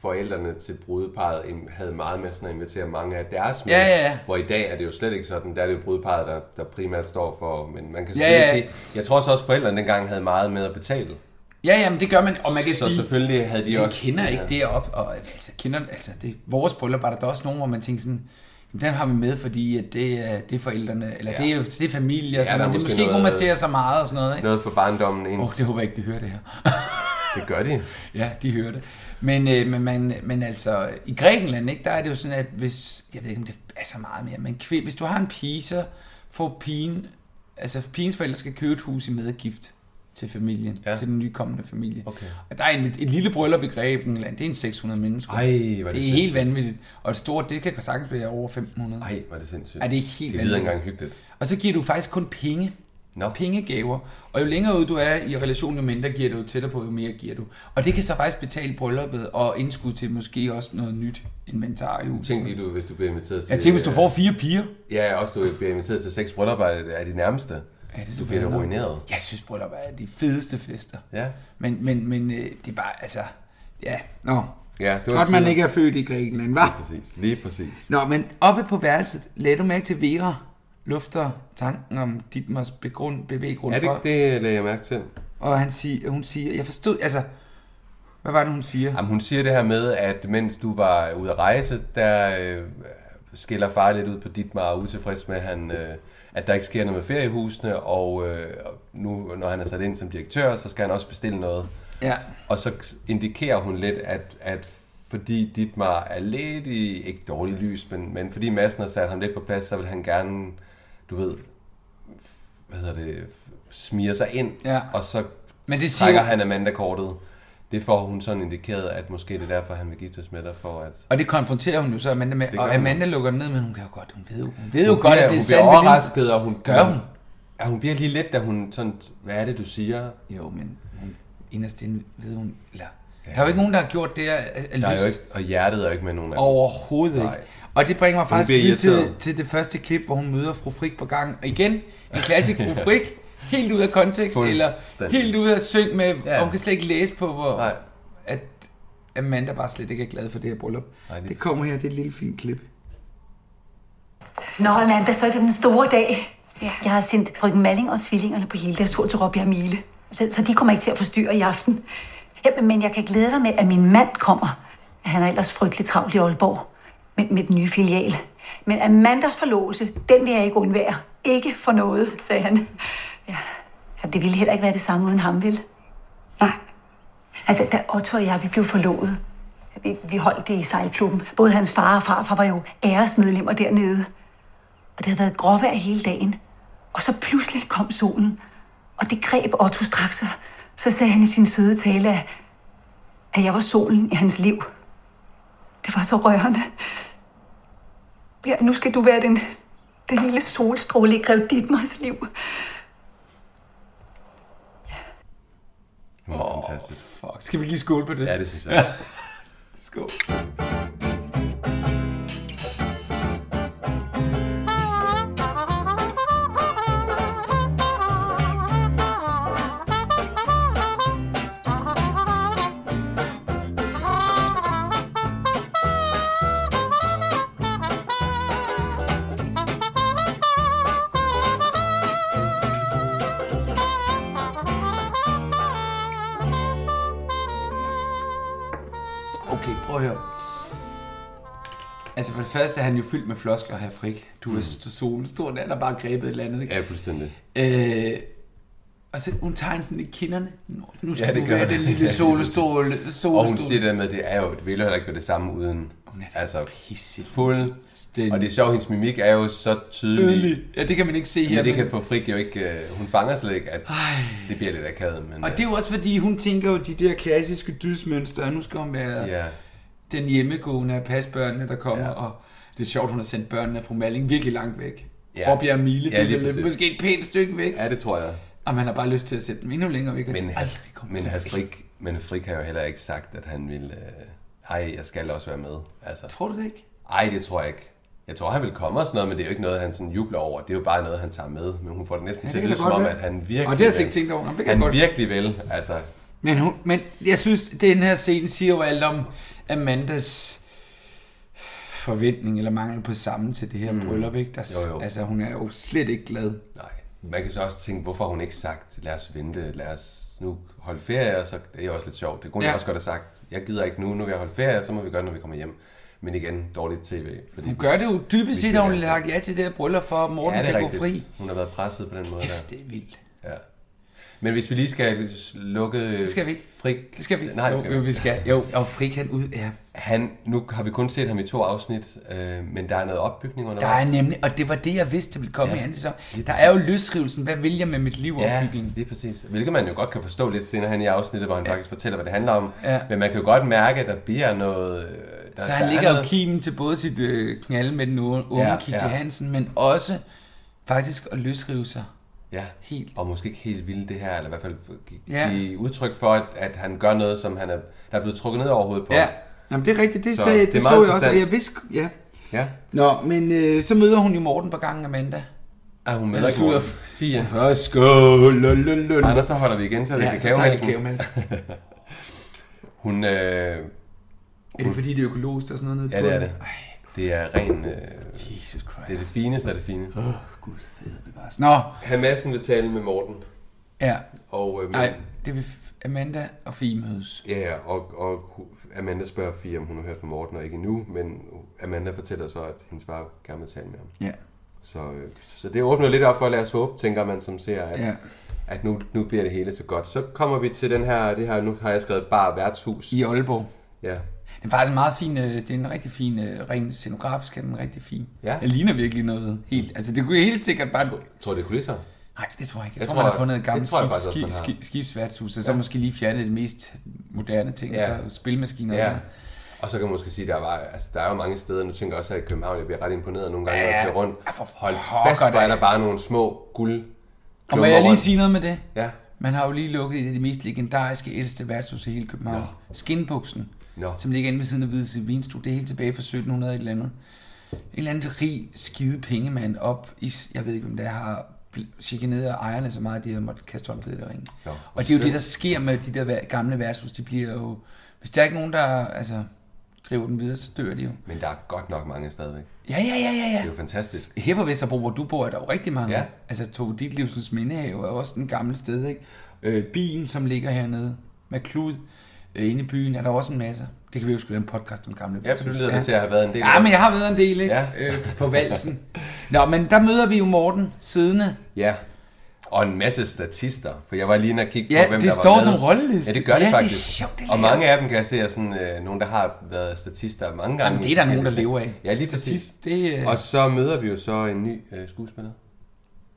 S2: forældrene til brudeparet im- havde meget med sådan at invitere mange af deres med,
S1: Ja, ja, ja.
S2: hvor i dag er det jo slet ikke sådan, der er det jo brudeparet, der, der primært står for, men man kan
S1: Ja,
S2: selvfølgelig
S1: ja.
S2: sige, jeg tror så også, forældrene dengang havde meget med at betale,
S1: Ja, ja, men det gør man, og man kan
S2: så
S1: sige...
S2: selvfølgelig havde de
S1: Jeg
S2: også...
S1: kender ikke
S2: ja.
S1: det op, og altså, kender, altså det, vores bryllup var der da også nogen, hvor man tænkte sådan, jamen, den har vi med, fordi at det, er, det er forældrene, eller ja.
S2: Ja.
S1: det, er, det er familie, og
S2: Ja,
S1: sådan
S2: der
S1: ja,
S2: er
S1: noget. det er
S2: måske
S1: måske ikke, hvor man
S2: noget-
S1: ser så meget og sådan noget. Ikke?
S2: Noget for barndommen ens.
S1: Oh, det håber jeg ikke, de hører det her.
S2: det gør de.
S1: ja, de hører det. Men, øh, men, men, men altså, i Grækenland, ikke, der er det jo sådan, at hvis, jeg ved ikke, om det er så meget mere, men kvind, hvis du har en pige, så får pigen, altså pigens forældre skal købe et hus i medgift til familien, ja.
S2: Ja.
S1: til den nykommende familie.
S2: Okay.
S1: Og der er en, et lille bryllup i Grækenland, det er en 600 mennesker.
S2: Ej, hvor er det
S1: det er helt
S2: sindssygt.
S1: vanvittigt. Og et stort, det kan sagtens være over 1500.
S2: Ej, var det sindssygt.
S1: Ej, det er helt
S2: Det lyder
S1: vanvittigt.
S2: engang hyggeligt.
S1: Og så giver du faktisk kun penge.
S2: Nå.
S1: Pengegaver. Og jo længere ud du er i relationen, jo mindre giver du, jo tættere på, jo mere giver du. Og det kan så faktisk betale brylluppet og indskud til måske også noget nyt inventar i huset.
S2: Tænk lige, du, hvis du bliver inviteret til...
S1: Jeg tænker, hvis du får fire piger.
S2: Ja, også du bliver inviteret til seks bryllupper af de nærmeste.
S1: Ja, det er
S2: så
S1: selvfølgelig
S2: bliver det
S1: nok.
S2: ruineret.
S1: Jeg synes, bryllup er de fedeste fester.
S2: Ja.
S1: Men, men, men øh, det er bare, altså, ja. Nå,
S2: Ja, det var
S1: godt man
S2: sådan-
S1: ikke er født i Grækenland, var?
S2: Præcis, lige præcis.
S1: Nå, men oppe på værelset, lagde du mærke til Vera lufter tanken om Dietmars begrund, bevæggrund
S2: Er det
S1: for,
S2: ikke det, lagde jeg mærke til?
S1: og han siger, hun siger, jeg forstod, altså, hvad var det, hun siger?
S2: Jamen, hun siger det her med, at mens du var ude at rejse, der øh, skiller far lidt ud på dit meget og er utilfreds med, at, han, øh, at der ikke sker noget med feriehusene, og øh, nu, når han er sat ind som direktør, så skal han også bestille noget.
S1: Ja,
S2: Og så indikerer hun lidt, at, at fordi Ditmar er lidt i, ikke dårlig lys, men, men fordi Madsen har sat ham lidt på plads, så vil han gerne, du ved, hvad hedder det, smire sig ind,
S1: Ja.
S2: og så
S1: Men
S2: men
S1: det
S2: det
S1: siger-
S2: trækker han Amanda-kortet. Det får hun sådan indikeret, at måske det er derfor, han vil giftes med dig, for at...
S1: og det konfronterer hun jo så Amanda med,
S2: Det
S1: og
S2: gør hun.
S1: Amanda lukker den ned, men hun kan jo godt, hun ved jo, hun ved jo
S2: Hun
S1: godt,
S2: bliver-
S1: at det er
S2: hun bliver
S1: sandt. men det-
S2: overrasket, og hun...
S1: Gør hun?
S2: Ja, hun bliver lige lidt, da hun sådan, hvad er det, du siger?
S1: Jo, men hun, inderst inde ved hun, eller, der er jo ikke nogen, der har gjort det af, af
S2: Der er jo
S1: lyst.
S2: ikke, og hjertet er jo ikke med nogen af dem.
S1: Overhovedet ikke.
S2: Nej.
S1: Og det bringer mig faktisk
S2: bliver
S1: lige til,
S2: irriteret.
S1: til det første klip, hvor hun møder fru Frik på gangen. Og igen, en klassisk fru Frik, helt ud af kontekst, eller
S2: Fuldstændig.
S1: helt ud af syng med,
S2: Ja.
S1: og hun kan slet ikke læse på, hvor
S2: Nej.
S1: at Amanda bare slet ikke er glad for det her bryllup.
S2: Nej, det-
S1: det kommer her, det er et lille fint klip.
S4: Nå, Amanda, så er det den store dag.
S3: Ja.
S4: Jeg har sendt Bryggen Malling og svillingerne på hele deres tur til Råbjerg Mile. Så, så de kommer ikke til at forstyrre i aften. Ja, men jeg kan glæde dig med, at min mand kommer. Han er ellers frygtelig travlt i Aalborg med, med den nye filial. Men Amandas forlovelse, den vil jeg ikke undvære. Ikke for noget, sagde han. Ja. Jamen, det ville heller ikke være det samme uden ham, vel? Nej. Ja, da, da Otto og jeg vi blev forlovet, vi, vi holdt det i sejlklubben. Både hans far og farfar var jo æresmedlemmer dernede. Og det havde været gråvejr hele dagen. Og så pludselig kom solen, og det greb Otto straks. og Så sagde han i sin søde tale, at- at jeg var solen i hans liv. Det var så rørende. Ja, nu skal du være den, den lille solstråle i Grev Ditmars liv.
S2: Det var fantastisk.
S1: Fuck, skal vi lige skåle på det?
S2: Ja, det synes jeg.
S1: Skål.
S5: Thank
S1: prøv at høre. Altså for det første er han jo fyldt med floskler, her Frik. Du er mm. solen stor, den er bare grebet et eller andet. Ikke?
S2: Ja, fuldstændig.
S1: Øh, og så hun tager hende sådan i kinderne. Nå, nu skal
S2: Ja,
S1: ja,
S2: det
S1: det du
S2: gør
S1: være
S2: hun.
S1: den lille solstol.
S2: Og hun
S1: solstol.
S2: siger det der med, at det er jo, det ville jo heller ikke være det samme uden.
S1: Hun er da
S2: Altså,
S1: pisse
S2: fuldstændig. Og det er sjovt, hendes mimik er jo så tydelig.
S1: Tydelig. Ja, det kan man ikke se her.
S2: Men det kan få Frik jo ikke... øh, Hun fanger slet ikke, at det bliver lidt akavet. Men, øh,
S1: Og det er jo også fordi, hun tænker jo de der klassiske dysmønstre, nu skal hun være
S2: øh,
S1: ja.
S2: Ja,
S1: den hjemmegående af pasbørnene, der kommer,
S2: Ja.
S1: ja. og det er sjovt, hun har sendt børnene af fru Malling virkelig langt væk.
S2: Ja.
S1: Ja. Råbjerg Mile,
S2: Ja,
S1: ja,
S2: lige
S1: det er vel
S2: præcis.
S1: måske et pænt stykke væk. Ja.
S2: ja det tror jeg.
S1: Og man har bare lyst til at sætte dem endnu længere væk, og
S2: Men,
S1: men,
S2: han,
S1: aldrig kommer
S2: men,
S1: til.
S2: han Frik, men Frik har jo heller ikke sagt, at han vil... Øh, Ej, jeg skal også være med. Altså,
S1: Tror du det ikke?
S2: Ej, det tror jeg ikke. Jeg tror, han vil komme og sådan noget, men det er jo ikke noget, han sådan jubler over. Det er jo bare noget, han tager med. Men hun får det næsten
S1: Ja,
S2: til
S1: det kan da
S2: at lyde som
S1: godt
S2: om,
S1: være.
S2: at han virkelig...
S1: Og det har jeg slet
S2: vil.
S1: ikke tænkt over. Jamen, Det kan
S2: Han
S1: godt.
S2: virkelig vil, altså...
S1: Men, hun, men jeg synes, at den her scene siger jo alt om Amandas forventning eller mangel på sammen til det her mm. bryllup. Ikke? Der,
S2: Jo, jo.
S1: Altså, hun er jo slet ikke glad.
S2: Nej. Man kan så også tænke, hvorfor har hun ikke sagt, lad os vente, lad os nu holde ferie, og så det er jo også lidt sjovt. Det kunne ja.
S1: Ja.
S2: også godt have sagt, jeg gider ikke nu, nu vil jeg holde ferie, og så må vi gøre det, når vi kommer hjem. Men igen, dårligt tv. Fordi
S1: Hun gør det jo dybest set,
S2: skal
S1: at hun
S2: være-
S1: lagt ja til det her bryllup for, at Morten
S2: Ja, det
S1: ja,
S2: er
S1: kan gå fri.
S2: rigtigt. Hun har været presset på den måde
S1: Kæft,
S2: der.
S1: det er vildt.
S2: Ja. Men hvis vi lige skal lukke...
S1: Det skal vi ikke.
S2: Frik...
S1: Det skal vi ikke.
S2: Nej, det
S1: jo,
S2: skal
S1: jo,
S2: vi.
S1: vi skal. Jo, og fri kan ud. Ja.
S2: Han, nu har vi kun set ham i to afsnit, øh, men der er noget opbygning undervejs.
S1: Der er nemlig, og det var det, jeg vidste, ville komme
S2: Ja,
S1: ja, i anden sæson.
S2: lige
S1: Der er jo løsrivelsen. Hvad vil jeg med mit liv og
S2: Ja,
S1: opbygning?
S2: lige præcis. Hvilket man jo godt kan forstå lidt senere hen i afsnittet, hvor han ja. faktisk fortæller, hvad det handler om.
S1: Ja.
S2: Men man kan jo godt mærke, at der bliver noget... øh, Der,
S1: Så
S2: der
S1: han
S2: er
S1: ligger jo
S2: noget-
S1: kimen til både sit øh, knalde med den unge unge
S2: Ja,
S1: Kitty
S2: ja.
S1: Hansen, men også faktisk at løsrive sig.
S2: Ja,
S1: Helt.
S2: og måske ikke helt vildt det her, eller i hvert fald gi-
S1: Ja.
S2: give udtryk for, at, at han gør noget, som han er, der er blevet trukket ned over hovedet på.
S1: Ja, Jamen, det er rigtigt. Det,
S2: Så
S1: så, sagde,
S2: det
S1: det, det
S2: er meget
S1: så jeg også, og
S2: interessant.
S1: jeg vidste... Ja.
S2: ja.
S1: Nå, men øh, så møder hun jo Morten på gangen Amanda.
S2: Er hun med?
S1: Ellers
S2: Morten?
S1: lyder-
S2: Fire.
S1: Og skål, lululul.
S2: Anders, så holder vi igen, så det
S1: Ja,
S2: kan
S1: så tager jeg
S2: kæve
S1: med.
S2: Hun, øh,
S1: Er det fordi, det er økologisk og sådan noget? nede
S2: ja,
S1: på
S2: det er
S1: den?
S2: det. Det er ren... Øh,
S1: Jesus Christ.
S2: det er det fineste af det fine.
S1: Åh, Gud, fede bevares. Nå,
S2: Han Madsen vil tale med Morten,
S1: ja.
S2: og... Øh,
S1: Nej, det vil F- Amanda og Fie mødes.
S2: Ja, og, og hu- Amanda spørger Fie, om hun har hørt fra Morten, og ikke nu, men Amanda fortæller så, at hendes far gerne vil tale med ham.
S1: Ja.
S2: Så, øh, så det åbner lidt op for, lad os håbe, tænker man, som ser, at, ja.
S1: Ja.
S2: at nu, nu bliver det hele så godt. Så kommer vi til den her, det her nu har jeg skrevet bar og værtshus.
S1: I Aalborg.
S2: Ja.
S1: Det er faktisk en meget fin, øh, det er en rigtig fin, øh, rent scenografisk er den rigtig fin.
S2: Ja.
S1: Den ligner virkelig noget helt, altså det kunne helt sikkert bare...
S2: Tror du, det er kulisser?
S1: Nej, det tror jeg ikke. Jeg,
S2: Jeg
S1: tror,
S2: tror,
S1: man
S2: jeg-
S1: har fundet et
S2: det
S1: gammelt
S2: tror jeg
S1: skib,
S2: faktisk også,
S1: skib,
S2: man
S1: skib,
S2: har.
S1: skibsværtshus, og så måske lige fjerne de mest moderne ting,
S2: Ja.
S1: ja. så spilmaskiner og
S2: Ja.
S1: sådan noget.
S2: Og så kan man måske sige, der var, altså, der er jo mange steder, nu tænker jeg også her i København, jeg bliver ret imponeret nogle gange, når jeg
S1: Ja.
S2: kører rundt.
S1: Ja, for
S2: Hold
S1: pokker
S2: fast, hvor er
S1: da.
S2: der bare nogle små guld
S1: Og må jeg lige sige noget med det?
S2: Ja.
S1: Man har jo lige lukket et af de mest legendariske, ældste værtshus i hele København. Nå. Skinbuksen,
S2: Nå.
S1: som ligger inde ved siden af Hvide Vinstue. Det er helt tilbage fra 1700 et eller andet. En eller anden rig, skide pengemand op i, jeg ved ikke, hvem der har bl- chikaneret ejerne så meget, at de har måttet kaste håndklædet i ringen.
S2: Nå, hvor
S1: og det er jo
S2: synd.
S1: det, der sker med de der væ- gamle værtshus. De bliver jo... Hvis der er ikke nogen, der altså, driver den videre, så dør de jo.
S2: Men der er godt nok mange stadigvæk.
S1: Ja, ja, ja, ja,
S2: Det er
S1: ja.
S2: jo fantastisk.
S1: Her på Vesterbro, hvor du bor, er der jo rigtig mange.
S2: Ja.
S1: Ja. Altså, Tove Ditlevsens Mindehave er også den gamle sted, ikke? Øh, bien, som ligger hernede med klud øh, inde i byen, er der også en masse. Det kan vi jo sgu lave en podcast om gamle
S2: Ja, for du
S1: værtshus.
S2: lyder ja. til at have været en del af
S1: Ja,
S2: det.
S1: men jeg har været en del, ikke?
S2: Ja.
S1: Ja. Øh, på valsen. Nå, men der møder vi jo Morten siddende.
S2: Ja. Og en masse statister, for jeg var lige inde og kigge på,
S1: Ja,
S2: hvem
S1: det
S2: der
S1: står
S2: var med.
S1: som rolleliste.
S2: Ja, det gør
S1: Ja,
S2: det
S1: det er
S2: faktisk.
S1: sjovt, det lærer
S2: og mange
S1: jeg.
S2: af dem kan jeg se er sådan, øh, nogen, der har været statister mange gange.
S1: Jamen, det er der nogen, der lever af.
S2: Ja, lige præcis.
S1: Statist, det øh, er
S2: Og så møder vi jo så en ny øh, skuespiller.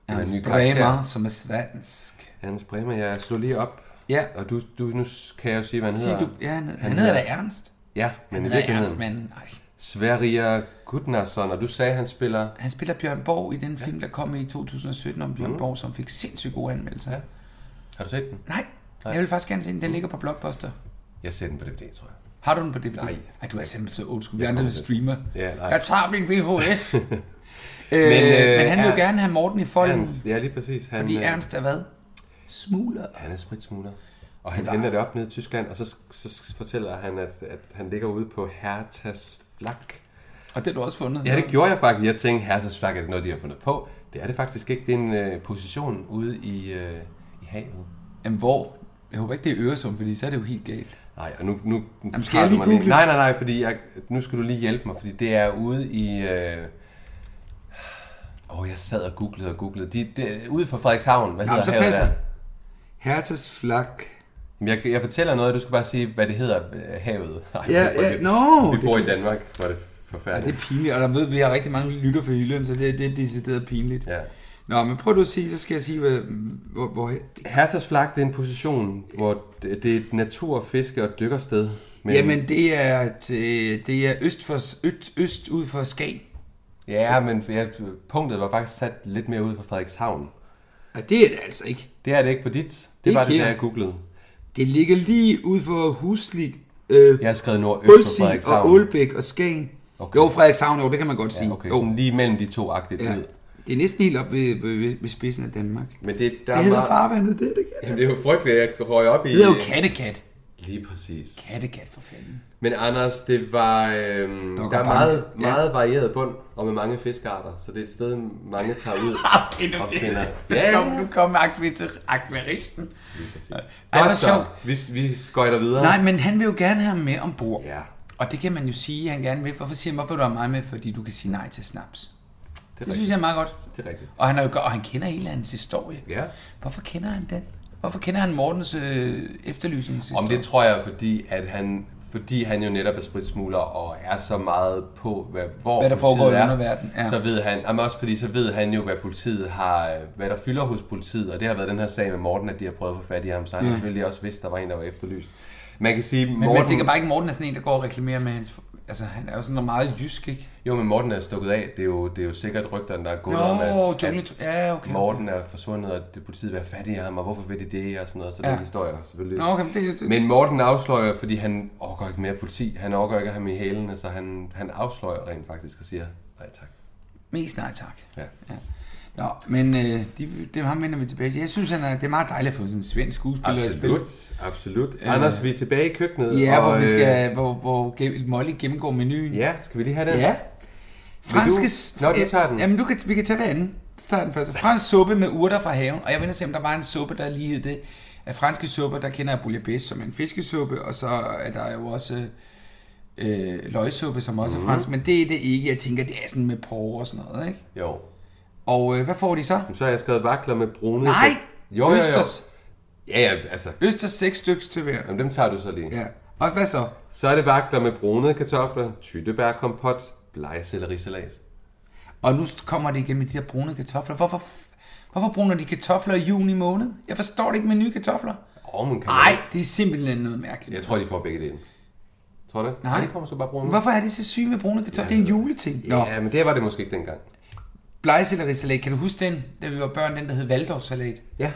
S2: Eller
S1: Hans
S2: en ny
S1: Bremer,
S2: karakter.
S1: som er svensk.
S2: Hans Bremer, jeg slog lige op.
S1: Ja.
S2: Og du, du, nu kan jeg jo sige, hvad han
S1: Sig,
S2: hedder.
S1: du, ja, han, han hedder da Ernst.
S2: Ja, men i
S1: Han hedder Ernst,
S2: virkeligheden.
S1: men nej.
S2: Sverrir Gudnason, og du sagde, han spiller...
S1: Han spiller Bjørn Borg i den film, der kom i 2017 om Bjørn Borg, som fik sindssygt gode anmeldelser.
S2: Mm. Ja. Mm. Har du set den?
S1: Nej, jeg vil faktisk gerne se den. Den ligger på Blockbuster.
S2: Jeg ser den på DVD, tror jeg.
S1: Har du den på DVD?
S2: Nej.
S1: Ej, du er simpelthen så old school. Vi andre streamer.
S2: Ja, nej.
S1: Jeg tager min VHS. øh, men,
S2: øh,
S1: øh, men han vil
S2: er-
S1: jo gerne have Morten i folden,
S2: Ernst, ja, lige præcis. Han,
S1: fordi
S2: øh,
S1: Ernst er hvad? Smugler.
S2: Han er spritsmugler. Og han vender det op nede i Tyskland, og så, så, fortæller han, at, at han ligger ude på Hertas flak.
S1: Og det har du også fundet.
S2: Ja, det gjorde jeg faktisk. Jeg tænkte, Hertas flak er det noget, de har fundet på. Det er det faktisk ikke. Det er en øh, position ude i, øh, i havet.
S1: Jamen, hvor? Jeg håber ikke, det er Øresund, fordi så er det jo helt galt.
S2: Nej, og nu, nu, nu
S1: Jamen, skal
S2: tager
S1: jeg
S2: du
S1: lige
S2: mig
S1: google?
S2: Nej, nej, nej, fordi jeg, nu skal du lige hjælpe mig, fordi det er ude i... Øh... Åh, jeg sad og googlede og googlede. De, de, ude for Frederikshavn, hvad
S1: Jamen,
S2: hedder
S1: så
S2: havet
S1: passer.
S2: der?
S1: Hertas flak.
S2: Men Jeg, jeg fortæller noget, du skal bare sige, hvad det hedder, øh, havet. Ej,
S1: Ja,
S2: hvor er det-
S1: ja, nå,
S2: Vi
S1: det
S2: bor i
S1: kan-
S2: Danmark, hvor er det
S1: Ja, det
S2: forfærdeligt.
S1: er pinligt, og der ved, vi har rigtig mange lytter for Jylland, så det, det er decideret pinligt.
S2: Ja.
S1: Nå, men prøv du at sige, så skal jeg sige, hvad, hvor, hvor
S2: Hertas Flak, det er en position, hvor det, det er et natur-, fiske- og dykkersted.
S1: Men... Jamen, det er, til, det er øst, for, øst, øst ud for Skagen.
S2: ja, men ja, punktet var faktisk sat lidt mere ud for Frederikshavn.
S1: Og det er det altså ikke.
S2: Det er det ikke på dit. Det,
S1: Ikke
S2: var det,
S1: her.
S2: der jeg googlede.
S1: Det ligger lige ud for Huslig, øh,
S2: Jeg har skrevet nordøst for
S1: Ulsig
S2: Frederikshavn.
S1: og Ålbæk og Skagen.
S2: Okay.
S1: Okay. Jo, Frederikshavn, jo, det kan man godt sige.
S2: Ja, okay,
S1: jo.
S2: sådan lige mellem de to agtigt
S1: ja.
S2: ja. ud.
S1: Det er næsten helt op ved, ved, ved, ved spidsen af Danmark.
S2: Men det, der
S1: Det hedder farvandet, det er det ikke?
S2: Jamen, det er jo frygteligt, at jeg røg op i...
S1: Det hedder jo Kattegat.
S2: Lige præcis.
S1: Kattegat for fanden.
S2: Men Anders, det var... Øhm, der er
S1: banke.
S2: meget,
S1: Ja.
S2: meget varieret bund, og med mange fiskearter, så det er et sted, mange tager ud
S1: Ah,
S2: og finder...
S1: Ja.
S2: Ja,
S1: Kom, nu kom akvaristen.
S2: lige præcis.
S1: Ej, hvor
S2: Godt så,
S1: sjovt.
S2: vi, vi skøjter videre.
S1: Nej, men han vil jo gerne have ham med ombord.
S2: Ja,
S1: Og det kan man jo sige, at han gerne vil. Hvorfor siger han, hvorfor vil du have mig med? Fordi du kan sige nej til snaps.
S2: det
S1: Det,
S2: er
S1: det synes
S2: rigtigt.
S1: jeg er meget godt.
S2: Det er rigtigt.
S1: Og han, er jo, go- og han kender hele hans historie.
S2: Ja.
S1: Hvorfor kender han den? Hvorfor kender han Mortens øh, efterlysningshistorie?
S2: Om det tror jeg, fordi at han fordi han jo netop er spritsmugler og er så meget på, hvad, hvor
S1: Hvad der
S2: politiet
S1: foregår i
S2: er,
S1: underverdenen, ja.
S2: så ved han, jamen også fordi så ved han jo, hvad politiet har, øh, hvad der fylder hos politiet, og det har været den her sag med Morten, at de har prøvet at få fat i ham, så han har selvfølgelig også vidst, der var en, der var efterlyst. Man kan sige,
S1: Men
S2: Morten,
S1: man tænker bare ikke, at Morten er sådan en, der går og reklamerer med hans... Altså, han er jo sådan noget meget jysk, ikke?
S2: jo, men Morten er stukket af, det er jo, det er jo sikkert rygterne, der er gået om,
S1: Nå,
S2: at,
S1: Jungle...
S2: at
S1: Ja, okay.
S2: Morten er forsvundet, og det politiet vil have fat i ham, og hvorfor vil de det, og sådan noget, så ja.
S1: Ja.
S2: den historie selvfølgelig.
S1: Nå, okay, men det, det,
S2: Men Morten afsløjer, fordi han overgår ikke mere politi. Han overgår ikke ham i hælene, så han, han afslører rent faktisk og siger, nej tak.
S1: mest nej tak.
S2: Ja.
S1: Ja. Nå, men øh, de, dem ham vender vi tilbage til. Jeg synes, han er, det er meget dejligt at få sådan en svensk skuespiller i spil.
S2: Absolut, absolut. Øh, Anders, vi er tilbage i køkkenet.
S1: Ja, hvor
S2: og,
S1: vi
S2: øh,
S1: skal, hvor, hvor gen- Molly gennemgår menuen.
S2: Ja, skal vi lige have den?
S1: ja. Franske...
S2: Vil du- Nå, du tager den.
S1: Jamen, du kan, vi kan tage hver anden. Så tager jeg den først. Fransk suppe med urter fra haven. Og jeg vil se, om der var en suppe, der lige hed det. Af franske supper, der kender jeg bouillabaisse som en fiskesuppe. Og så er der jo også øh, løgsuppe, som også er
S2: Mhm.
S1: fransk. Men det er det ikke. Jeg tænker, det er sådan med porre og sådan noget, ikke?
S2: Jo.
S1: Og øh, hvad får de så?
S2: Jamen, Så har jeg skrevet vakler med brune...
S1: Nej!
S2: Jo, jo, jo.
S1: Østers.
S2: Ja, ja, altså.
S1: Østers seks stykker til hver.
S2: Jamen, dem tager du så lige.
S1: Ja. Og hvad så?
S2: Så er det vakler med brune kartofler, tyttebærkompot, blegsellerisalat.
S1: Og nu kommer det igen med de her brune kartofler. Hvorfor, f- hvorfor bruner de kartofler i juni måned? Jeg forstår det ikke med nye kartofler.
S2: Og man kan
S1: Nej, det er simpelthen noget mærkeligt.
S2: Jeg tror, de får begge dele. Tror du det?
S1: Nej.
S2: de får måske bare brune.
S1: Men Hvorfor er det så syge med brune kartofler? det er en juleting. Nå.
S2: Ja, men det var det måske ikke dengang.
S1: Blegesillerisalat, kan du huske den, da vi var børn, den der hed Valdorfsalat?
S2: Ja,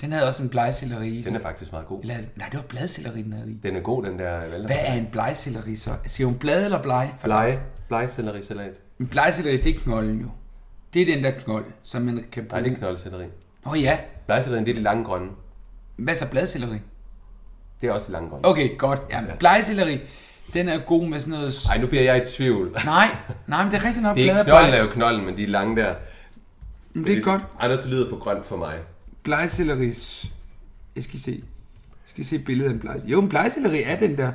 S1: Den havde også en blegeselleri i sig.
S2: den er faktisk meget god.
S1: Eller, nej, det var bladselleri, den havde i.
S2: Den er god, den der valg.
S1: Hvad er en blegeselleri så? Siger hun blad eller blege? For
S2: Blege, blegsellerisalat.
S1: En blegeselleri, det er knolden jo. Det er den der knold, som man kan
S2: Nej,
S1: bruge.
S2: det er knoldselleri.
S1: Nå ja,
S2: Blegselleriet, det er det lange grønne.
S1: hvad så bladselleri?
S2: Det er også det lange grønne.
S1: Okay, godt. Jamen,
S2: Ja.
S1: blegeselleri, den er god med sådan noget
S2: Ej, nu bliver jeg i tvivl.
S1: Nej, nej, men det er rigtigt nok.
S2: Det er
S1: Blade-
S2: ikke knolden, der er jo knolden, men de er lange der.
S1: Men det er godt.
S2: Anders, det lyder for grønt for mig.
S1: Blegeselleris. Jeg skal se. Jeg skal se billedet af en blegeselleri. Jo, en blegeselleri er den der.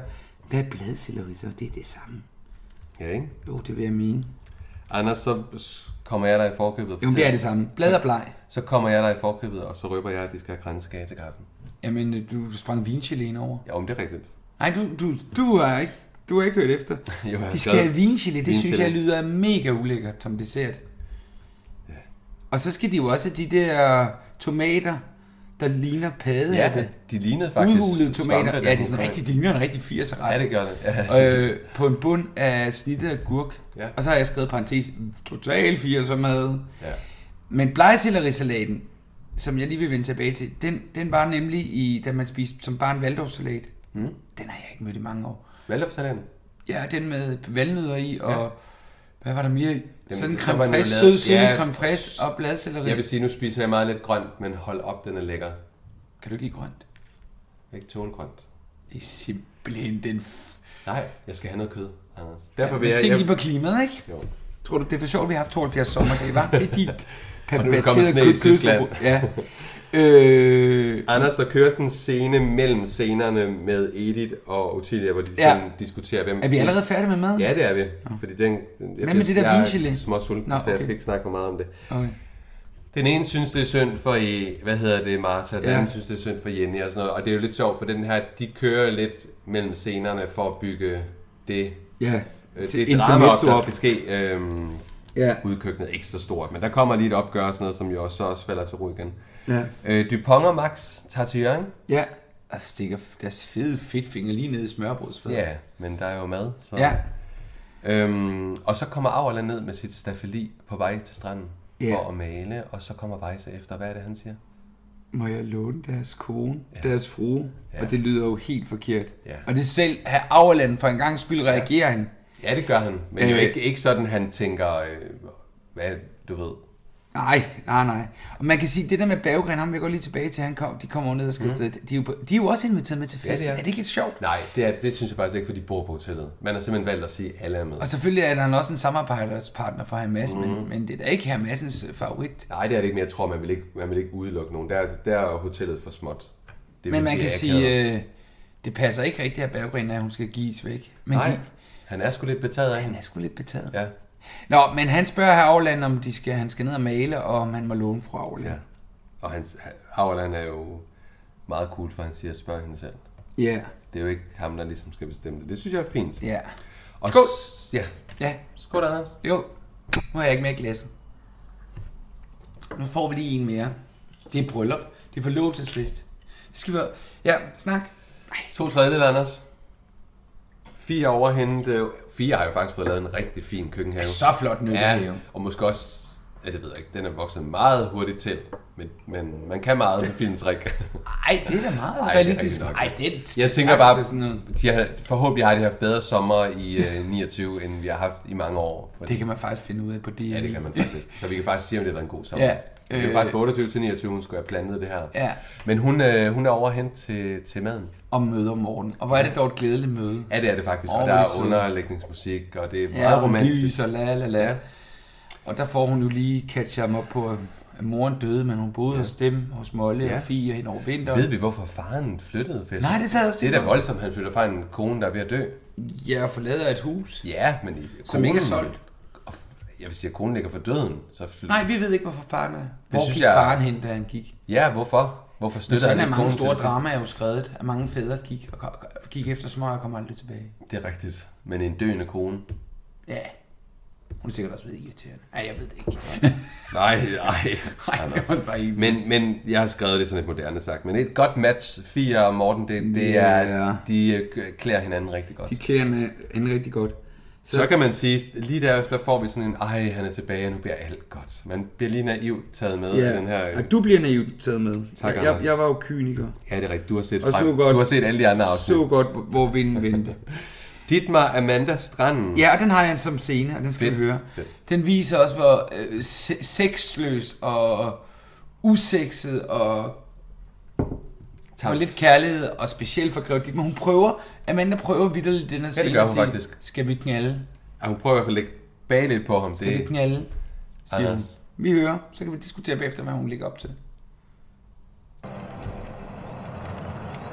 S1: Hvad er bladselleri så? Det er det samme.
S2: Ja, ikke?
S1: Jo, det vil jeg mene.
S2: Anders, så kommer jeg dig i forkøbet. og
S1: Jo, men det er
S2: fortæller-
S1: det samme. Blad og bleg.
S2: Så kommer jeg dig i forkøbet, og så røber jeg, at de skal have grænskage til kaffen.
S1: Jamen, øh, du sprang vinchili ind over.
S2: Jo, men det er rigtigt.
S1: Nej, du, du, du har ikke, du har ikke hørt efter.
S2: Jo, jeg har
S1: De skal
S2: skrevet
S1: have vinchili. Det synes
S2: vinchili.
S1: jeg lyder mega ulækkert som dessert. Og så skal de jo også have de der tomater, der ligner paddehatte.
S2: de lignede faktisk
S1: Udhulede tomater.
S2: svampe,
S1: Ja,
S2: der
S1: det er sådan
S2: kom
S1: rigtig, det ligner en rigtig 80'er ret.
S2: Ja, det gør det. Ja.
S1: øh, på en bund af snittet af gurk.
S2: Ja.
S1: Ja. Og så har jeg skrevet parentes, total 80'er mad.
S2: ja.
S1: Men blegesillerisalaten, som jeg lige vil vende tilbage til, den, den var nemlig, i, da man spiste som barn valdorfsalat. Mm. Den har jeg ikke mødt i mange år.
S2: Valdorfsalaten.
S1: Ja, den med valnødder i, og ja. hvad var der mere i? Sådan en
S2: så var
S1: creme
S2: den jo
S1: fraiche, sød,
S2: lavet-
S1: sød
S2: ja.
S1: ja. creme fraiche og bladselleri.
S2: Jeg vil sige, nu spiser jeg meget lidt grønt, men hold op, den er lækker.
S1: Kan du ikke lide grønt?
S2: Jeg kan ikke tåle grønt.
S1: Det er simpelthen den... F-
S2: Nej, jeg skal have noget kød, Anders. Derfor
S1: Men tænk lige på klimaet, ikke?
S2: Jo.
S1: Tror du, det er for sjovt, at vi har haft 72 sommerdage, var? Det er dit
S2: Og nu er der kommet
S1: perverterede
S2: sne i
S1: kød- kødforbrug.
S2: Tyskland.
S1: Ja. Øh,
S2: Anders, der kører sådan en scene mellem scenerne med Edith og Ottilia, hvor de
S1: Ja.
S2: sådan diskuterer, hvem...
S1: er vi allerede færdige med maden?
S2: Ja, det er vi. Fordi den, den, jeg,
S1: Hvad med det der
S2: jeg er
S1: vingelé?
S2: små sulten,
S1: Nå,
S2: så jeg
S1: okay.
S2: skal ikke snakke for meget om det.
S1: Okay.
S2: Den ene synes, det er synd for, I, hvad hedder det, Martha, den
S1: Ja.
S2: anden synes, det er synd for Jenny og sådan noget. Og det er jo lidt sjovt, for den her, de kører lidt mellem scenerne for at bygge det,
S1: Ja.
S2: øh,
S1: Til
S2: det drama op,
S1: intermezzo
S2: der
S1: op.
S2: skal ske. Øhm,
S1: Ja.
S2: Udkøkkenet er ikke så stort, men der kommer lige et opgør og sådan noget, som jo også, så også falder til ro igen.
S1: Ja.
S2: Øh, Dupont og Max tager til Jørgen.
S1: Ja. Og stikker deres fede fedtfinger lige ned i smørbrødsfadet.
S2: Ja, men der er jo mad. Så.
S1: Ja.
S2: Øhm, og så kommer Auerland ned med sit stafeli på vej til stranden
S1: Ja.
S2: for at male, og så kommer Weisse efter. Hvad er det, han siger?
S1: Må jeg låne deres kone, ja. deres frue? Ja. Og det lyder jo helt forkert.
S2: Ja.
S1: Og det selv, her Auerland for en gang skyld reagerer ja. han.
S2: Ja, det gør han, men øh, jo
S1: Øh.
S2: ikke, ikke sådan, han tænker, øh, hvad du ved.
S1: Nej, nej, nej. Og man kan sige, det der med Berggren, ham vil jeg godt lige tilbage til, han kom, de kommer ned og skal mm. afsted. De er, jo, på- de er jo også inviteret med til festen.
S2: det
S1: Ja,
S2: er.
S1: er. er det ikke lidt sjovt?
S2: Nej, det, er, det synes jeg faktisk ikke, for de bor på hotellet. Man har simpelthen valgt at sige, at alle er med.
S1: Og selvfølgelig er han også en samarbejdspartner for Hamas, mm. men, men det er da ikke Hamassens favorit.
S2: Nej, det er det ikke, men jeg tror, man vil ikke, man vil ikke udelukke nogen. Der, er- der er hotellet for småt. Det
S1: Men man kan
S2: Øh,
S1: sige, øh, det passer ikke rigtigt, at Berggren er, at hun skal gives væk. Men
S2: Nej,
S1: De,
S2: han er sgu lidt betaget af
S1: han
S2: hende.
S1: er sgu lidt betaget.
S2: Ja,
S1: Nå, men han spørger her Auerland, om de skal, han skal ned og male, og om han må låne fra Auerland.
S2: ja. Og hans, Auerland er jo meget cool, for han siger, spørg hende selv.
S1: Ja.
S2: Det er jo ikke ham, der ligesom skal bestemme det. Det synes jeg er fint.
S1: Ja.
S2: Og
S1: Skål!
S2: S- ja.
S1: Ja,
S2: Skål, Anders.
S1: jo. Nu har jeg ikke mere i glasset. Nu får vi lige en mere. Det er bryllup. Det er forlovelsesfest. Det skal være... Ja, snak.
S2: To tredjedel, Anders. Fire over hende. øh, Fire har jo faktisk fået lavet en rigtig fin køkkenhave.
S1: Så flot nu, ja. det
S2: ja,
S1: jo.
S2: og måske også, ja, det ved jeg ikke, den er vokset meget hurtigt til. Men, men man kan meget med filmtrik.
S1: Ej, det er da meget
S2: Ej,
S1: Ej,
S2: det er
S1: realistisk.
S2: rigtigt nok.
S1: Ej, det er
S2: Jeg tænker bare,
S1: sagtens Sådan noget.
S2: de har, forhåbentlig har de haft bedre sommer i øh, 29, end vi har haft i mange år. Fordi,
S1: Det kan man faktisk finde ud af på E det.
S2: Ja, det kan man faktisk. Så vi kan faktisk sige, om det har været en god sommer.
S1: Ja,
S2: det er jo
S1: øh,
S2: faktisk fra 28 til 29, hun skulle have plantet det her.
S1: Ja.
S2: Men hun, øh, hun er over hen til, til maden.
S1: Og møder Morten. Og hvor er det dog et glædeligt møde.
S2: Ja, det er det faktisk.
S1: Åh,
S2: og
S1: hvor er
S2: der er
S1: det sødt.
S2: underlægningsmusik, og det er meget
S1: og
S2: romantisk.
S1: lys og la la la. Og der får hun jo lige catcher mig på, at moren døde, men hun boede ja. hos dem, hos Molle ja.
S2: Ja.
S1: og Fie hen over vinteren.
S2: Ved vi, hvorfor faren flyttede fest?
S1: Nej, det sad jeg også
S2: Det er
S1: tænkt
S2: da
S1: på.
S2: voldsomt, han flytter fra en kone, der er ved at dø.
S1: Ja, og forlader et hus.
S2: Ja, men i,
S1: Som ikke er solgt.
S2: Og f- Jeg vil sige, at konen ligger for døden. Så flytter.
S1: Nej, vi ved ikke, hvorfor faren er. Hvor
S2: synes
S1: gik
S2: jeg-
S1: jeg... faren hen, da han gik?
S2: Ja, hvorfor? Hvorfor
S1: Men
S2: støtter
S1: sådan
S2: han
S1: er
S2: ikke
S1: mange
S2: konen til
S1: store
S2: det sidste?
S1: dramaer jo skrevet, at mange fædre gik, og kom- gik efter smøger og kom aldrig tilbage.
S2: Det er rigtigt. Men en døende kone.
S1: Ja, hun er sikkert også ved irriterende. Nej, jeg ved det ikke.
S2: Nej, nej.
S1: Nej, det var bare i.
S2: Men, men jeg har skrevet det sådan lidt moderne sagt. Men et godt match, Fia og Morten, det, det er,
S1: Ja.
S2: de øh, klæder hinanden rigtig godt.
S1: De klæder hende rigtig godt.
S2: Så kan man sige, lige derefter får vi sådan en, ej, han er tilbage, og nu bliver alt godt. Man bliver lige naivt taget med ja. i den her...
S1: og du bliver naivt taget med.
S2: Tak,
S1: jeg, jeg,
S2: Anders.
S1: jeg var jo kyniker.
S2: Ja, det er rigtigt. Du har set,
S1: Og
S2: frem.
S1: så godt,
S2: du har set alle de andre afsnit.
S1: Så godt, hvor- hvor vinden vendte.
S2: Ditmar Amanda Stranden.
S1: ja, og den har jeg som scene, og den skal
S2: Fedt,
S1: Fedt. vi høre.
S2: fedt.
S1: Den viser også, hvor øh, se- sexløs og usekset og,
S2: Tak.
S1: og lidt kærlighed og specielt for Grev Men hun prøver, Amanda prøver vidderligt den her scene.
S2: det gør
S1: at
S2: hun
S1: sige,
S2: faktisk.
S1: Skal vi knalde?
S2: Ja, hun prøver i hvert fald at lægge bag lidt på ham.
S1: Skal vi
S2: Det,
S1: knalde? Siger hun.
S2: Anders.
S1: Vi hører, så kan vi diskutere bagefter, hvad hun ligger op til.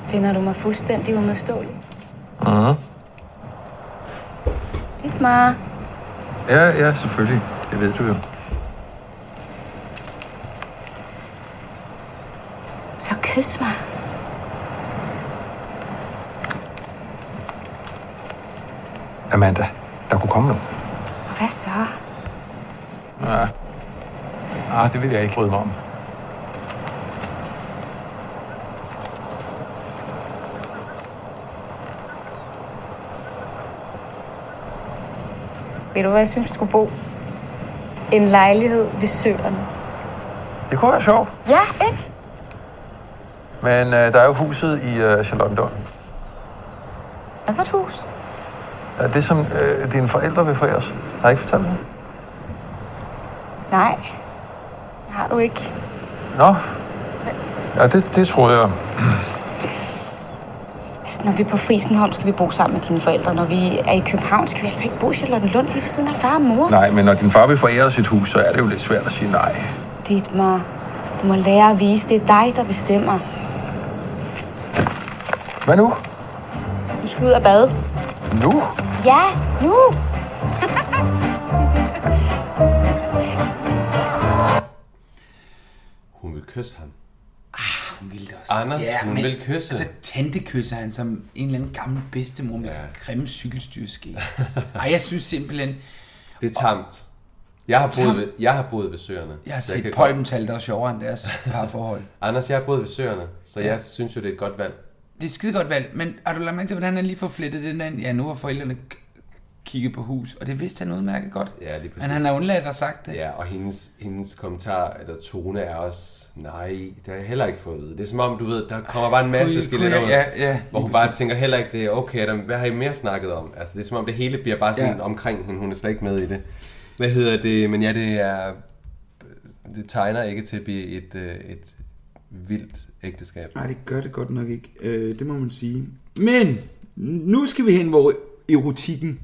S5: Finder du mig fuldstændig umodståelig? Mhm. Lidt meget.
S6: Ja, ja, selvfølgelig. Det ved du jo.
S5: Så kys mig.
S6: Amanda, der kunne komme noget.
S5: Hvad så?
S6: Ja. Ah, det vil jeg ikke bryde mig om.
S5: Ved du, hvad jeg synes, vi skulle bo? En lejlighed ved søerne.
S6: Det kunne være sjovt.
S5: Ja, ikke?
S6: Men øh, der er jo huset i øh, Charlottendund.
S5: Hvad for et hus?
S6: Er det, som øh, dine forældre vil forære os? Har jeg ikke fortalt det?
S5: Nej. Det Har du ikke?
S6: Nå. Ja, det, det troede jeg.
S5: Altså, når vi er på Frisenholm, skal vi bo sammen med dine forældre. Når vi er i København, skal vi altså ikke bo i Charlottenlund lige ved siden af far og mor.
S6: Nej, men når din far vil forære os et hus, så er det jo lidt svært at sige nej.
S5: Dit mig. Du må lære at vise, det er dig, der bestemmer.
S6: Hvad nu?
S5: Du skal ud og bade.
S6: Nu?
S5: Ja, nu!
S2: Hun vil kysse ham.
S1: Hun ville det også.
S2: Anders, hun
S1: men-
S2: vil kysse.
S1: Altså, tante kysser han som en eller anden gammel bedstemor med ja. sin grimme cykelstyrske. Ej, jeg synes simpelthen,
S2: Det er tamt. Jeg har boet ved, jeg har boet ved søerne.
S1: jeg har
S2: så kan
S1: set
S2: godt-
S1: Pøjbental, der er sjovere end deres parforhold.
S2: Anders, jeg har boet ved søerne, så jeg synes jo, det er et godt valg.
S1: Det er et skide godt valg, men har du lagt mærke til, hvordan han lige får flettet den der? ind? Ja, nu har forældrene k- kigget på hus, og det vidste han udmærket godt.
S2: Ja, lige præcis.
S1: Men han har undladt at have sagt det.
S2: Ja, og hendes, hendes kommentar eller tone er også, nej, det har jeg heller ikke fået at vide. Det er som om, du ved, der kommer bare en
S1: Kunne
S2: masse
S1: I-
S2: skeletter ud,
S1: kunne jeg- ja, ja,
S2: hvor
S1: lige
S2: hun bare
S1: præcis.
S2: tænker heller ikke, det er okay, der, hvad har I mere snakket om? Altså, det er som om, det hele bliver bare sådan
S1: Ja.
S2: ja. omkring hende, hun er slet ikke med i det. Hvad hedder det? Men ja, det er, det tegner ikke til at blive et, øh, et vildt ægteskab.
S1: Nej, det gør det godt nok ikke. Øh, det må man sige. Men nu skal vi hen, hvor erotikken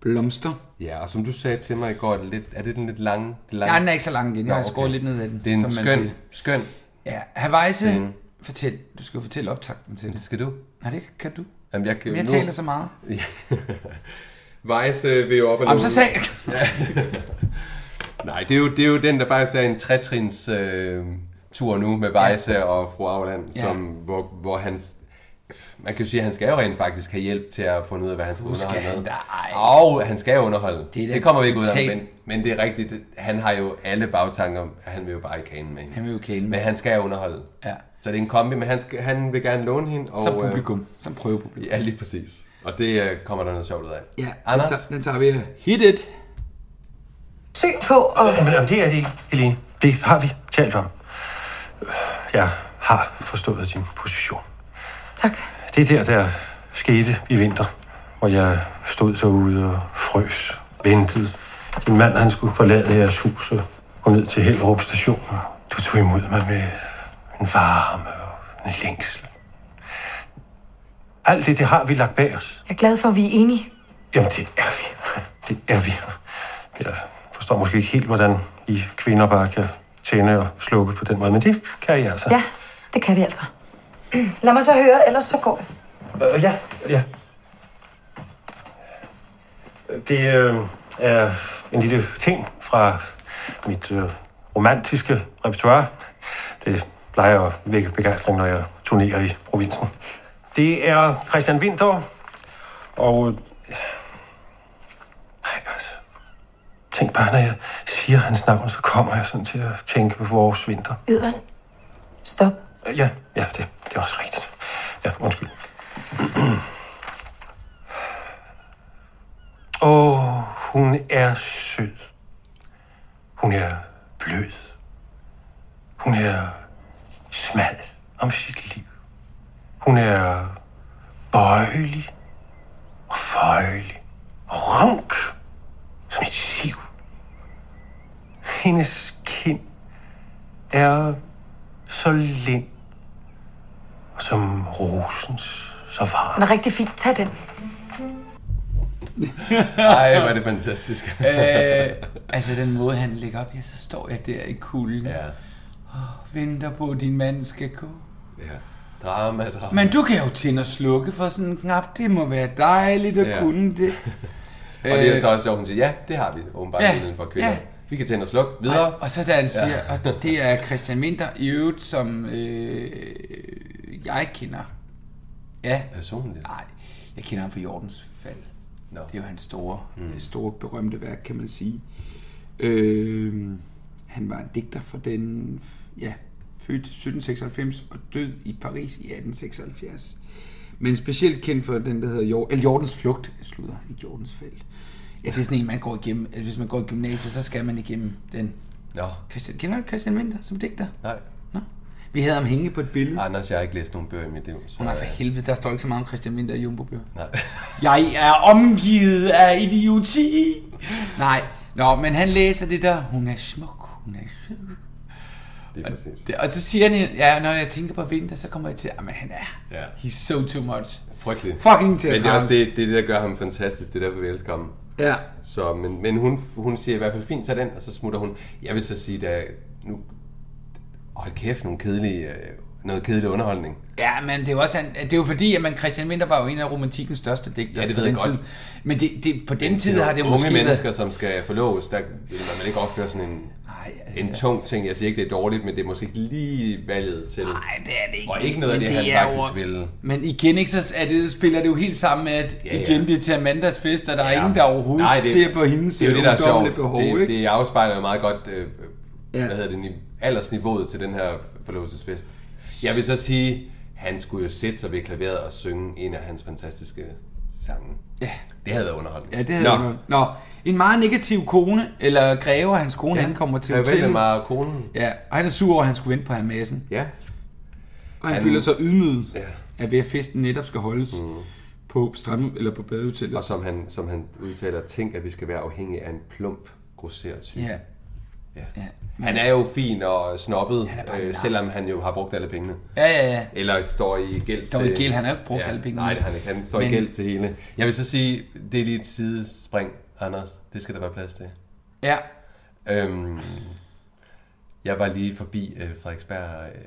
S1: blomster.
S2: Ja, og som du sagde til mig i går, er det, lidt, er det den lidt lange? det lange?
S1: Nej, den er ikke så lang igen. Jeg har
S2: Nå, okay.
S1: skåret lidt ned af den.
S2: Det er en
S1: som man
S2: skøn,
S1: siger.
S2: skøn.
S1: Ja, Havajse,
S2: Scene.
S1: fortæl. Du skal jo fortælle optakten til
S2: Det
S1: det.
S2: skal du.
S1: Nej, det kan du.
S2: Jamen, jeg, kan,
S1: Men jeg taler så meget.
S2: Vejs øh, vil jo op og
S1: Jamen, så
S2: låne-
S1: sag...
S2: Nej, det er, jo, det er jo den, der faktisk er en trætrins øh, tur nu med Vejse ja. og fru Auland,
S1: Ja.
S2: ja. som, hvor, hvor han... Man kan jo sige, at han skal jo rent faktisk have hjælp til at finde ud af, hvad han skal underholde
S1: skal han
S2: med.
S1: da ej.
S2: Og han skal jo underholde.
S1: Det er
S2: Det,
S1: da
S2: det kommer vi ikke ud af,
S1: totalt-
S2: men, men det er rigtigt. det- Han har jo alle bagtanker om, at han vil jo bare i kagen med hende.
S1: Han vil jo kæle med.
S2: Men han skal jo underholde.
S1: Ja.
S2: Så det er en kombi, men han, skal, han vil gerne låne hende. Og,
S1: Som publikum. Som prøvepublikum.
S2: Øh, ja, lige præcis. Og det øh, kommer der noget sjovt ud af.
S1: den
S2: Anders?
S1: tager, den tager vi her. Hit it.
S5: Søg på og...
S7: Jamen, jamen, det er det ikke, Helene. Det har vi talt om. Jeg har forstået din position.
S5: Tak.
S7: Det der, der skete i vinter, hvor jeg stod derude og frøs, ventede. Din mand, han skulle forlade jeres hus og gå ned til Hellerup station. og Du tog imod mig med en varme og en længsel. Alt det, det har vi lagt bag os.
S5: Jeg er glad for, at vi er enige.
S7: Jamen, det er vi. Det er vi. Jeg forstår måske ikke helt, hvordan I kvinder bare kan tænde og slukke på den måde, men det kan I altså.
S5: Ja, det kan vi altså. Lad mig så høre, ellers så går jeg.
S7: Øh, ja, ja. Det øh, er en lille ting fra mit øh, romantiske repertoire. Det plejer at vække begejstring, når jeg turnerer i provinsen. Det er Christian Winter, og... øh, Nej, altså. Tænk bare, når jeg siger hans navn, så kommer jeg sådan til at tænke på vores vinter.
S5: Edvard. Stop.
S7: Ja, ja, det, det er også rigtigt. Ja, undskyld. Åh, oh, hun er sød. Hun er blød. Hun er smal om sit liv. Hun er bøjelig og føjelig og rank som et siv. Hendes kind er så lind og som rosens så varm.
S5: Den er rigtig fint. Tag den.
S2: Ej, hvor er det fantastisk.
S1: Øh, altså den måde, han lægger op, ja, så står jeg der i kulden ja.
S2: ja.
S1: og venter på, at din mand skal gå.
S2: Ja. Drama, drama.
S1: Men du kan jo tænde og slukke for sådan en knap. Det må være dejligt at ja.
S2: Ja.
S1: kunne det. Øh,
S2: og det er så også sjovt, hun siger, ja, det har vi åbenbart
S1: Ja,
S2: ja, muligheden for kvinder.
S1: ja.
S2: Ja. Vi kan tænde og slukke videre.
S1: Og, og så da han siger, ja. og det er Christian Winter i øvrigt, som øh, jeg kender. Ja,
S2: Personligt.
S1: nej, jeg kender ham fra Jordens fald.
S2: Nå.
S1: Det er jo hans store, mm. store berømte værk, kan man sige. Øh, han var en digter for den, ja, født 1796 og død i Paris i 1876. Men specielt kendt for den, der hedder Jord, eller Jordens Flugt, jeg slutter, ikke Jordens Fald. Ja, det er sådan en, man går igennem. Altså, Hvis man går i gymnasiet, så skal man igennem den.
S2: Nå,
S1: Christian, kender du Christian Winter som digter?
S2: nej.
S1: Nå? Vi havde ham hænge på et billede. Ej,
S2: Anders, jeg har ikke læst nogen bøger i mit liv. Så,
S1: Nej, for
S2: øh,
S1: helvede, der står ikke så meget om Christian Winter i Jumbo-bøger.
S2: Nej.
S1: Jeg er omgivet af idioti. Nej, nå, men han læser det der, hun er smuk, hun er sød.
S2: Det er præcis.
S1: Det- Og så siger han, ja, når jeg tænker på vinter, så kommer jeg til, at han er,
S2: Ja.
S1: he's so too much.
S2: Frygteligt.
S1: Fucking til
S2: Men det er også det, det, er det, der gør ham fantastisk. Det er derfor, vi elsker ham.
S1: Ja.
S2: Så, men, men hun, hun siger i hvert fald, fint, tag den, og så smutter hun. Jeg vil så sige, da nu Hold kæft, nogle kedelige, øh, noget kedelig underholdning.
S1: Ja, men det er jo, også, han- det er jo fordi, at man, Christian Winter var jo en af romantikkens største digter
S2: Ja, det
S1: på
S2: ved jeg
S1: den
S2: godt.
S1: Tid. Men det, det, på den tid har det
S2: unge
S1: måske
S2: mennesker,
S1: været...
S2: som skal forloves, der vil man vel ikke opføre sådan en,
S1: Ej, altså,
S2: en tung ting. Jeg siger ikke, det er dårligt, men det er måske ikke lige valget til.
S1: Nej, det er det ikke.
S2: Og ikke noget af
S1: Men
S2: det, han
S1: er
S2: faktisk ville.
S1: Men igen, ikke, så er det, spiller det jo helt sammen med, at
S2: Ja, ja.
S1: igen, det er til Amandas fest, og der er ingen, der overhovedet Nej, det, ser på hendes
S2: Det er jo det, der er
S1: ungdommelige
S2: sjovt.
S1: behov.
S2: det,
S1: ikke?
S2: det afspejler jo meget godt, øh, ja.
S1: Ja.
S2: hvad hedder det, ni- aldersniveauet til den her forlovelsesfest. Jeg vil så sige, han skulle jo sætte sig ved klaveret og synge en af hans fantastiske sange.
S1: Ja.
S2: Det havde været underholdende.
S1: Ja, det havde Nå. Nå, en meget negativ kone, eller greve, og hans kone ja. ankommer til
S2: hotellet. Jeg
S1: hotellet.
S2: mig og konen.
S1: Ja, og han er sur over, at han skulle vente på ham massen.
S2: Ja.
S1: Og han,
S2: Han-
S1: han føler sig ydmyget,
S2: Ja.
S1: ja. at ved at festen netop skal holdes mm. på strand eller på badehotellet.
S2: Og som han, som han udtaler, tænk, at vi skal være afhængige af en plump, grosseret type.
S1: Ja.
S2: Ja.
S1: Ja.
S2: Han er jo fin og snobbet,
S1: Han er bare en
S2: øh,
S1: nar.
S2: selvom han jo har brugt alle pengene.
S1: ja, ja, ja.
S2: Eller står i gæld
S1: Står i
S2: til...
S1: gæld. Han har jo ikke brugt alle pengene.
S2: Nej, det har han ikke. Han står Men... i
S1: Men-
S2: gæld til hele. Jeg vil så sige, det er lige et sidespring, Anders. Det skal der være plads til.
S1: Ja,
S2: Øhm, jeg var lige forbi øh, Frederiksberg øh,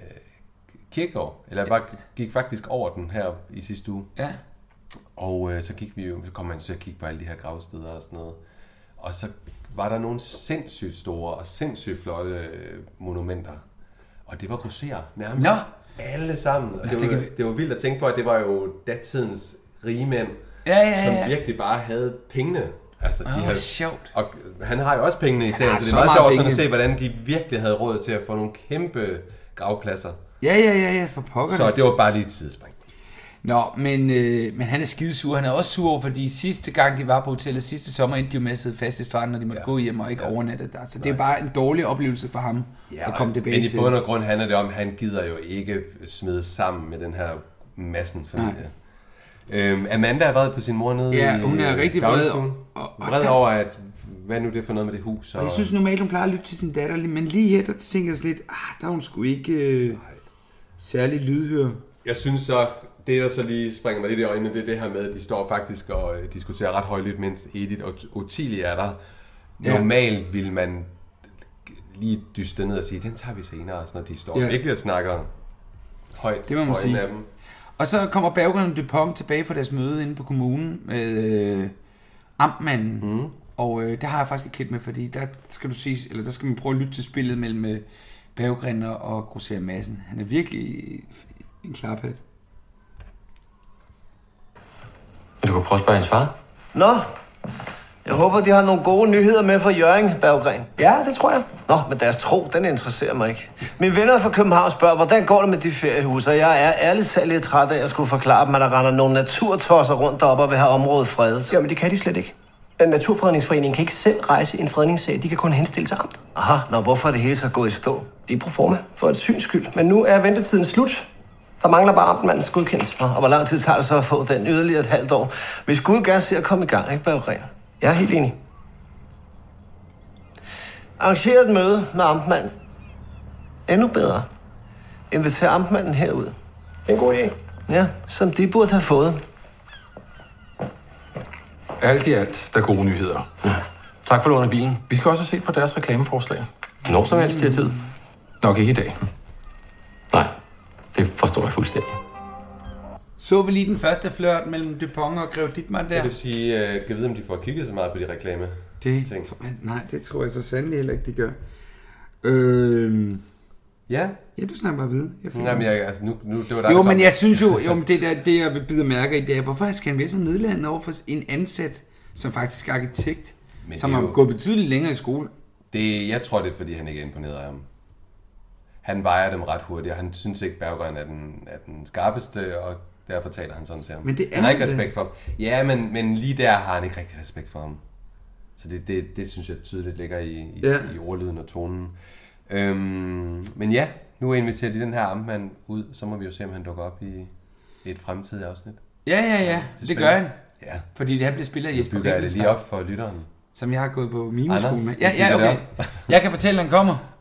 S2: kirkegård, eller jeg bare gik faktisk over den her i sidste uge.
S1: ja.
S2: Og øh, så gik vi jo, så kom man til at kigge på alle de her gravsteder og sådan noget. Og så var der nogle sindssygt store og sindssygt flotte øh, monumenter. Og det var grosserer nærmest
S1: Nå!
S2: alle sammen. Og
S1: Nå,
S2: det,
S1: det
S2: var,
S1: kan vi-
S2: det var vildt at tænke på, at det var jo datidens rigemænd,
S1: Ja, ja, ja.
S2: som virkelig bare havde pengene. Altså, de
S1: Åh,
S2: havde,
S1: sjovt.
S2: Og han har jo også pengene i serien,
S1: har
S2: så det
S1: så
S2: er meget
S1: meget
S2: sjovt sådan at
S1: penge.
S2: se, hvordan de virkelig havde råd til at få nogle kæmpe gravpladser.
S1: Ja, ja, ja, ja, for pokker.
S2: Så
S1: Så...
S2: det var bare lige et sidespring.
S1: Nå, men, øh, men han er skidesur. Han er også sur, over, fordi sidste gang, de var på hotellet sidste sommer, endte de jo med at sidde fast i stranden, og de måtte
S2: Ja.
S1: ja. gå hjem og ikke ja. overnatte der. Så det er bare en dårlig oplevelse for ham ja, at komme tilbage
S2: men
S1: til.
S2: i bund og grund handler det om, at han gider jo ikke smide sammen med den her massen familie. Øhm, Amanda er vred på sin mor nede
S1: Ja,
S2: i
S1: hun er
S2: øh,
S1: rigtig vred.
S2: dagligstuen.
S1: Og- og- og
S2: vred
S1: der-
S2: over, at hvad nu det er for noget med det hus. Og,
S1: Jeg synes normalt, hun plejer at lytte til sin datter, men lige her, der tænker jeg sådan lidt, ah, der er hun sgu ikke øh, særlig lydhør.
S2: jeg synes så, det der så lige springer mig lidt i øjnene, det er det her med, at de står faktisk og øh, diskuterer ret højlydt, mens Edith og Ottilie er der.
S1: Ja.
S2: Normalt vil man lige dyste ned og sige, den tager vi senere, når de står
S1: Ja.
S2: ja. virkelig og snakker højt
S1: Det må man
S2: for
S1: sige.
S2: enden af dem.
S1: Og så kommer Berggren og Dupont tilbage fra deres møde inde på kommunen med øh, amtmanden. Mm. Og øh, der har jeg faktisk et klip med, fordi der skal du se, eller der skal man prøve at lytte til spillet mellem øh, Berggren og- og Grosser Madsen. Han er virkelig en klarpat.
S8: Du kan prøve at spørge hendes far.
S7: Nå, jeg håber, de har nogle gode nyheder med fra Jørgen Berggren. Ja, det tror jeg. Nå, men deres tro, den interesserer mig ikke. Mine venner fra København spørger, hvordan går det med de feriehus, og jeg er ærligt talt lidt træt af, at jeg skulle forklare dem, at der render nogle naturtosser rundt deroppe og vil have området fredet. Jamen, det kan de slet ikke. Øh, Naturfredningsforeningen kan ikke selv rejse en fredningssag. De kan kun henstille til amt. Aha, nå, hvorfor er det hele så gået i stå? Det er proforma, for et syns skyld. Men nu er ventetiden slut. Der mangler bare amtmandens godkendelse. Nå, Og hvor lang tid tager det så at få den yderligere et halvt år? Vi skulle gerne se at komme i gang, ikke Berggren? Jeg er helt enig. Arranger et møde med amtmanden. Endnu bedre. Inviter amtmanden herud. Det er en god idé. Ja, som de burde have fået.
S8: Alt i alt, der er gode nyheder. Ja. Tak for lånet af bilen. Vi skal også se på deres reklameforslag. Når som helst, de har tid. Nok ikke i dag. Nej, det forstår jeg fuldstændig.
S1: Så vi lige den første flørt mellem Dupont og Grev Dittmann der?
S2: Jeg vil sige, øh, kan vide, om de får kigget så meget på de reklame.
S1: Det,
S2: Ting.
S1: tror jeg, nej, det tror jeg så sandelig heller ikke, de gør. Øh,
S2: Ja,
S1: ja, du snakker bare videre. Jeg finder-
S2: Jamen, jeg, altså, nu, nu, det var dig,
S1: jo,
S2: der kom.
S1: men jeg synes jo, jo men det, der, det jeg bider mærke i, det er, hvorfor skal han være så nedladende over for en ansat, som faktisk er arkitekt,
S2: Men
S1: men som
S2: det er
S1: har
S2: jo-
S1: gået betydeligt længere i skole?
S2: Det, jeg tror, det er, fordi han ikke er imponeret af ham. Han vejer dem ret hurtigt, og han synes ikke, Berggren er den, er den skarpeste, og derfor taler han sådan til ham.
S1: Men det er
S2: han har ikke
S1: han da.
S2: respekt for ham. Ja, men, men lige der har han ikke rigtig respekt for ham. Så det, det, det synes jeg tydeligt ligger i, i, ja.
S1: Ja.
S2: i ordlyden og tonen. Øhm, men ja, nu inviterer de den her ammand ud, så må vi jo se, om han dukker op i et fremtidigt afsnit.
S1: Ja, ja, ja, det, det
S2: spændende.
S1: gør han.
S2: Ja,
S1: Fordi han bliver spillet af
S2: så
S1: Jesper
S2: bygger jeg det lige
S1: Rikkelstad,
S2: op for lytteren.
S1: som jeg har gået på mimeskole
S2: Anders,
S1: med.
S2: du
S1: Ja, ja,
S2: bygger det
S1: okay. Jeg kan fortælle, at han kommer.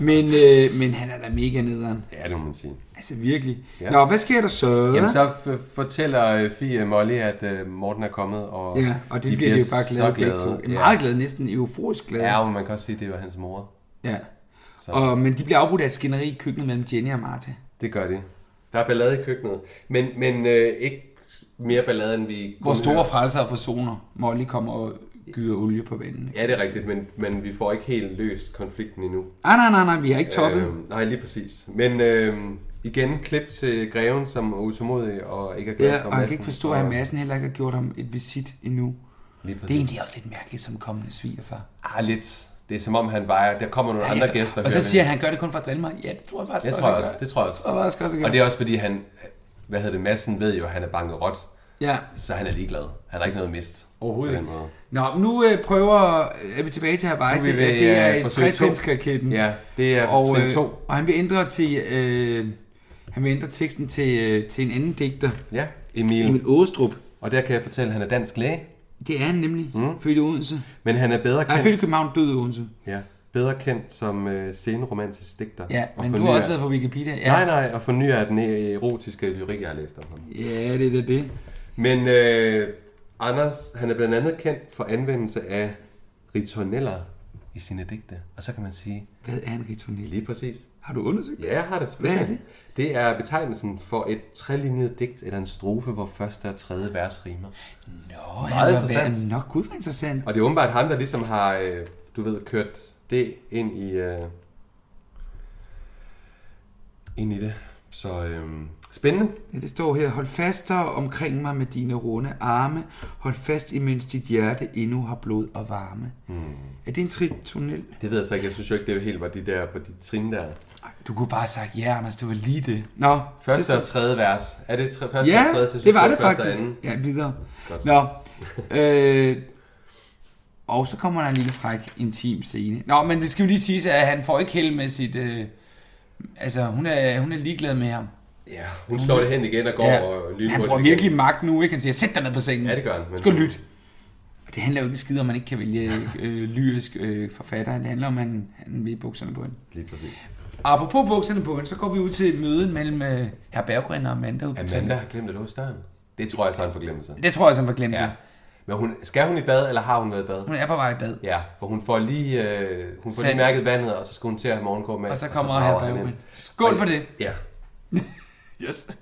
S1: men, øh, men han er da mega nederen.
S2: Ja, det må man sige.
S1: Altså virkelig.
S2: Ja.
S1: Nå, hvad sker der så?
S2: Jamen, så f- fortæller øh, Fie Molly, at øh, Morten er kommet, og,
S1: ja, og det de bliver de jo bare glade
S2: så
S1: begge to.
S2: Ja.
S1: Meget glade, næsten euforisk glade.
S2: Ja, men man kan også sige, at det var hans mor.
S1: ja. Og, men de bliver afbrudt af et skænderi i køkkenet mellem Jenny og Martha.
S2: Det gør det. Der er ballade i køkkenet. Men, men øh, ikke mere ballade, end vi...
S1: Hvor
S2: kunne høre.
S1: store frelser og forsoner Molly kommer og gyder olie på vandene.
S2: Ja, det er rigtigt, men, men vi får ikke helt løst konflikten endnu.
S1: Ah, nej, nej, nej, vi har ikke toppet.
S2: Øh, nej, lige præcis. Men øh, igen, klip til Greven, som er utålmodig og ikke er glad
S1: Ja,
S2: for
S1: og han kan
S2: Madsen.
S1: ikke forstå, at Massen heller ikke har gjort ham et visit endnu.
S2: Lige
S1: Det er
S2: præcis.
S1: egentlig også lidt mærkeligt som kommende svigerfar.
S2: Ah, lidt. Det er som om, han vejer. Der kommer nogle
S1: Ja,
S2: andre
S1: jeg tror-
S2: gæster.
S1: Og så siger han, han gør det kun for at drille mig. Ja, det tror jeg faktisk
S2: Det
S1: også,
S2: tror jeg
S1: han
S2: også.
S1: gør.
S2: Det tror jeg også.
S1: Tror jeg faktisk også, han gør.
S2: Og det er også fordi, han... Hvad hedder det? Massen ved jo, at han er bankerot.
S1: Ja.
S2: Så han er ligeglad. Han har ikke noget mist.
S1: Overhovedet
S2: På den måde.
S1: Nå, men nu øh, prøver, er vi tilbage til
S2: Nu
S1: Havajse,
S2: er vi ved,
S1: at det er
S2: øh,
S1: et
S2: forsøg to.
S1: trætrinsraketten.
S2: Ja, det er
S1: Mm. og,
S2: trin
S1: øh,
S2: to.
S1: Og han vil ændre til, øh, han vil ændre teksten til, øh, til en anden digter.
S2: Ja, Emil.
S1: Emil Ågestrup.
S2: Og der kan jeg fortælle, at han er dansk læge.
S1: Det er han nemlig, mm. født i Odense.
S2: Men han er bedre kendt...
S1: Nej, født i København, død i Odense.
S2: Ja, bedre kendt som øh, sceneromantisk digter.
S1: Ja,
S2: Og
S1: men du har
S2: fornyer-
S1: også været på Wikipedia, ja.
S2: Nej, nej, og fornyer af den erotiske lyrik, jeg har læst om ham.
S1: Ja, det er det, det.
S2: Men øh, Anders, han er blandt andet kendt for anvendelse af ritorneller i sine digte. Og så kan man sige...
S1: Hvad er en ritornell?
S2: Lige præcis.
S1: Har du undersøgt det?
S2: Ja, jeg har det selvfølgelig.
S1: Hvad er
S2: det? Det er betegnelsen for et trelinjet digt eller en strofe, hvor første og tredje vers rimer.
S1: Nå,
S2: Meget
S1: han var
S2: interessant.
S1: værd- Nå, gud, hvor interessant.
S2: Og det er åbenbart ham, der ligesom har, øh, du ved, kørt det ind i, øh, ind i det. Så øh, spændende.
S1: Ja, det står her, hold fast dig omkring mig med dine runde arme. Hold fast, imens dit hjerte endnu har blod og varme.
S2: Hmm.
S1: Er det en tritunnel?
S2: Det ved jeg så ikke. Jeg synes jo ikke, det helt var de der på de trin der.
S1: Du kunne bare have sagt, ja, Anders, det var lige det. Nå,
S2: Første
S1: det er
S2: og
S1: så-
S2: tredje vers. Er det tre, første
S1: ja,
S2: og tredje? så synes
S1: det var
S2: jeg,
S1: det
S2: første og
S1: faktisk.
S2: anden.
S1: Ja, videre.
S2: Godt.
S1: Nå, øh, og så kommer der en lille fræk, intim scene. Nå, men det skal jo lige sige, at han får ikke held med sit... Øh, altså, hun er, hun er ligeglad med ham.
S2: Ja, hun slår det hen igen og går og lynhurtigt
S1: Han bruger
S2: igen.
S1: virkelig magt nu, ikke? Han siger, sæt dig ned på sengen.
S2: Ja, det gør han, men-
S1: Men... Skal lytte. Og det handler jo ikke skid om, at man ikke kan vælge øh, lyrisk øh, forfatter. Det handler om, at han, han vil bukserne på hende.
S2: Lige præcis.
S1: Apropos bukserne på hende, så går vi ud til et møde mellem øh, herr Berggren og Amanda. Ude på
S2: Amanda
S1: toilettet.
S2: har glemt at låse døren. Det tror jeg så er en forglemmelse.
S1: Det tror jeg som forglemmelse.
S2: Ja. Men hun, skal hun i bad, eller har hun været i bad?
S1: Hun er på vej i bad.
S2: Ja, for hun får lige, øh, hun får
S1: Mm. Sand.
S2: lige mærket vandet, og så skal hun til at have morgenkåb med.
S1: Og så kommer
S2: brager
S1: herr
S2: han
S1: Berggren.
S2: ind.
S1: Skål på det.
S2: Ja.
S1: yes.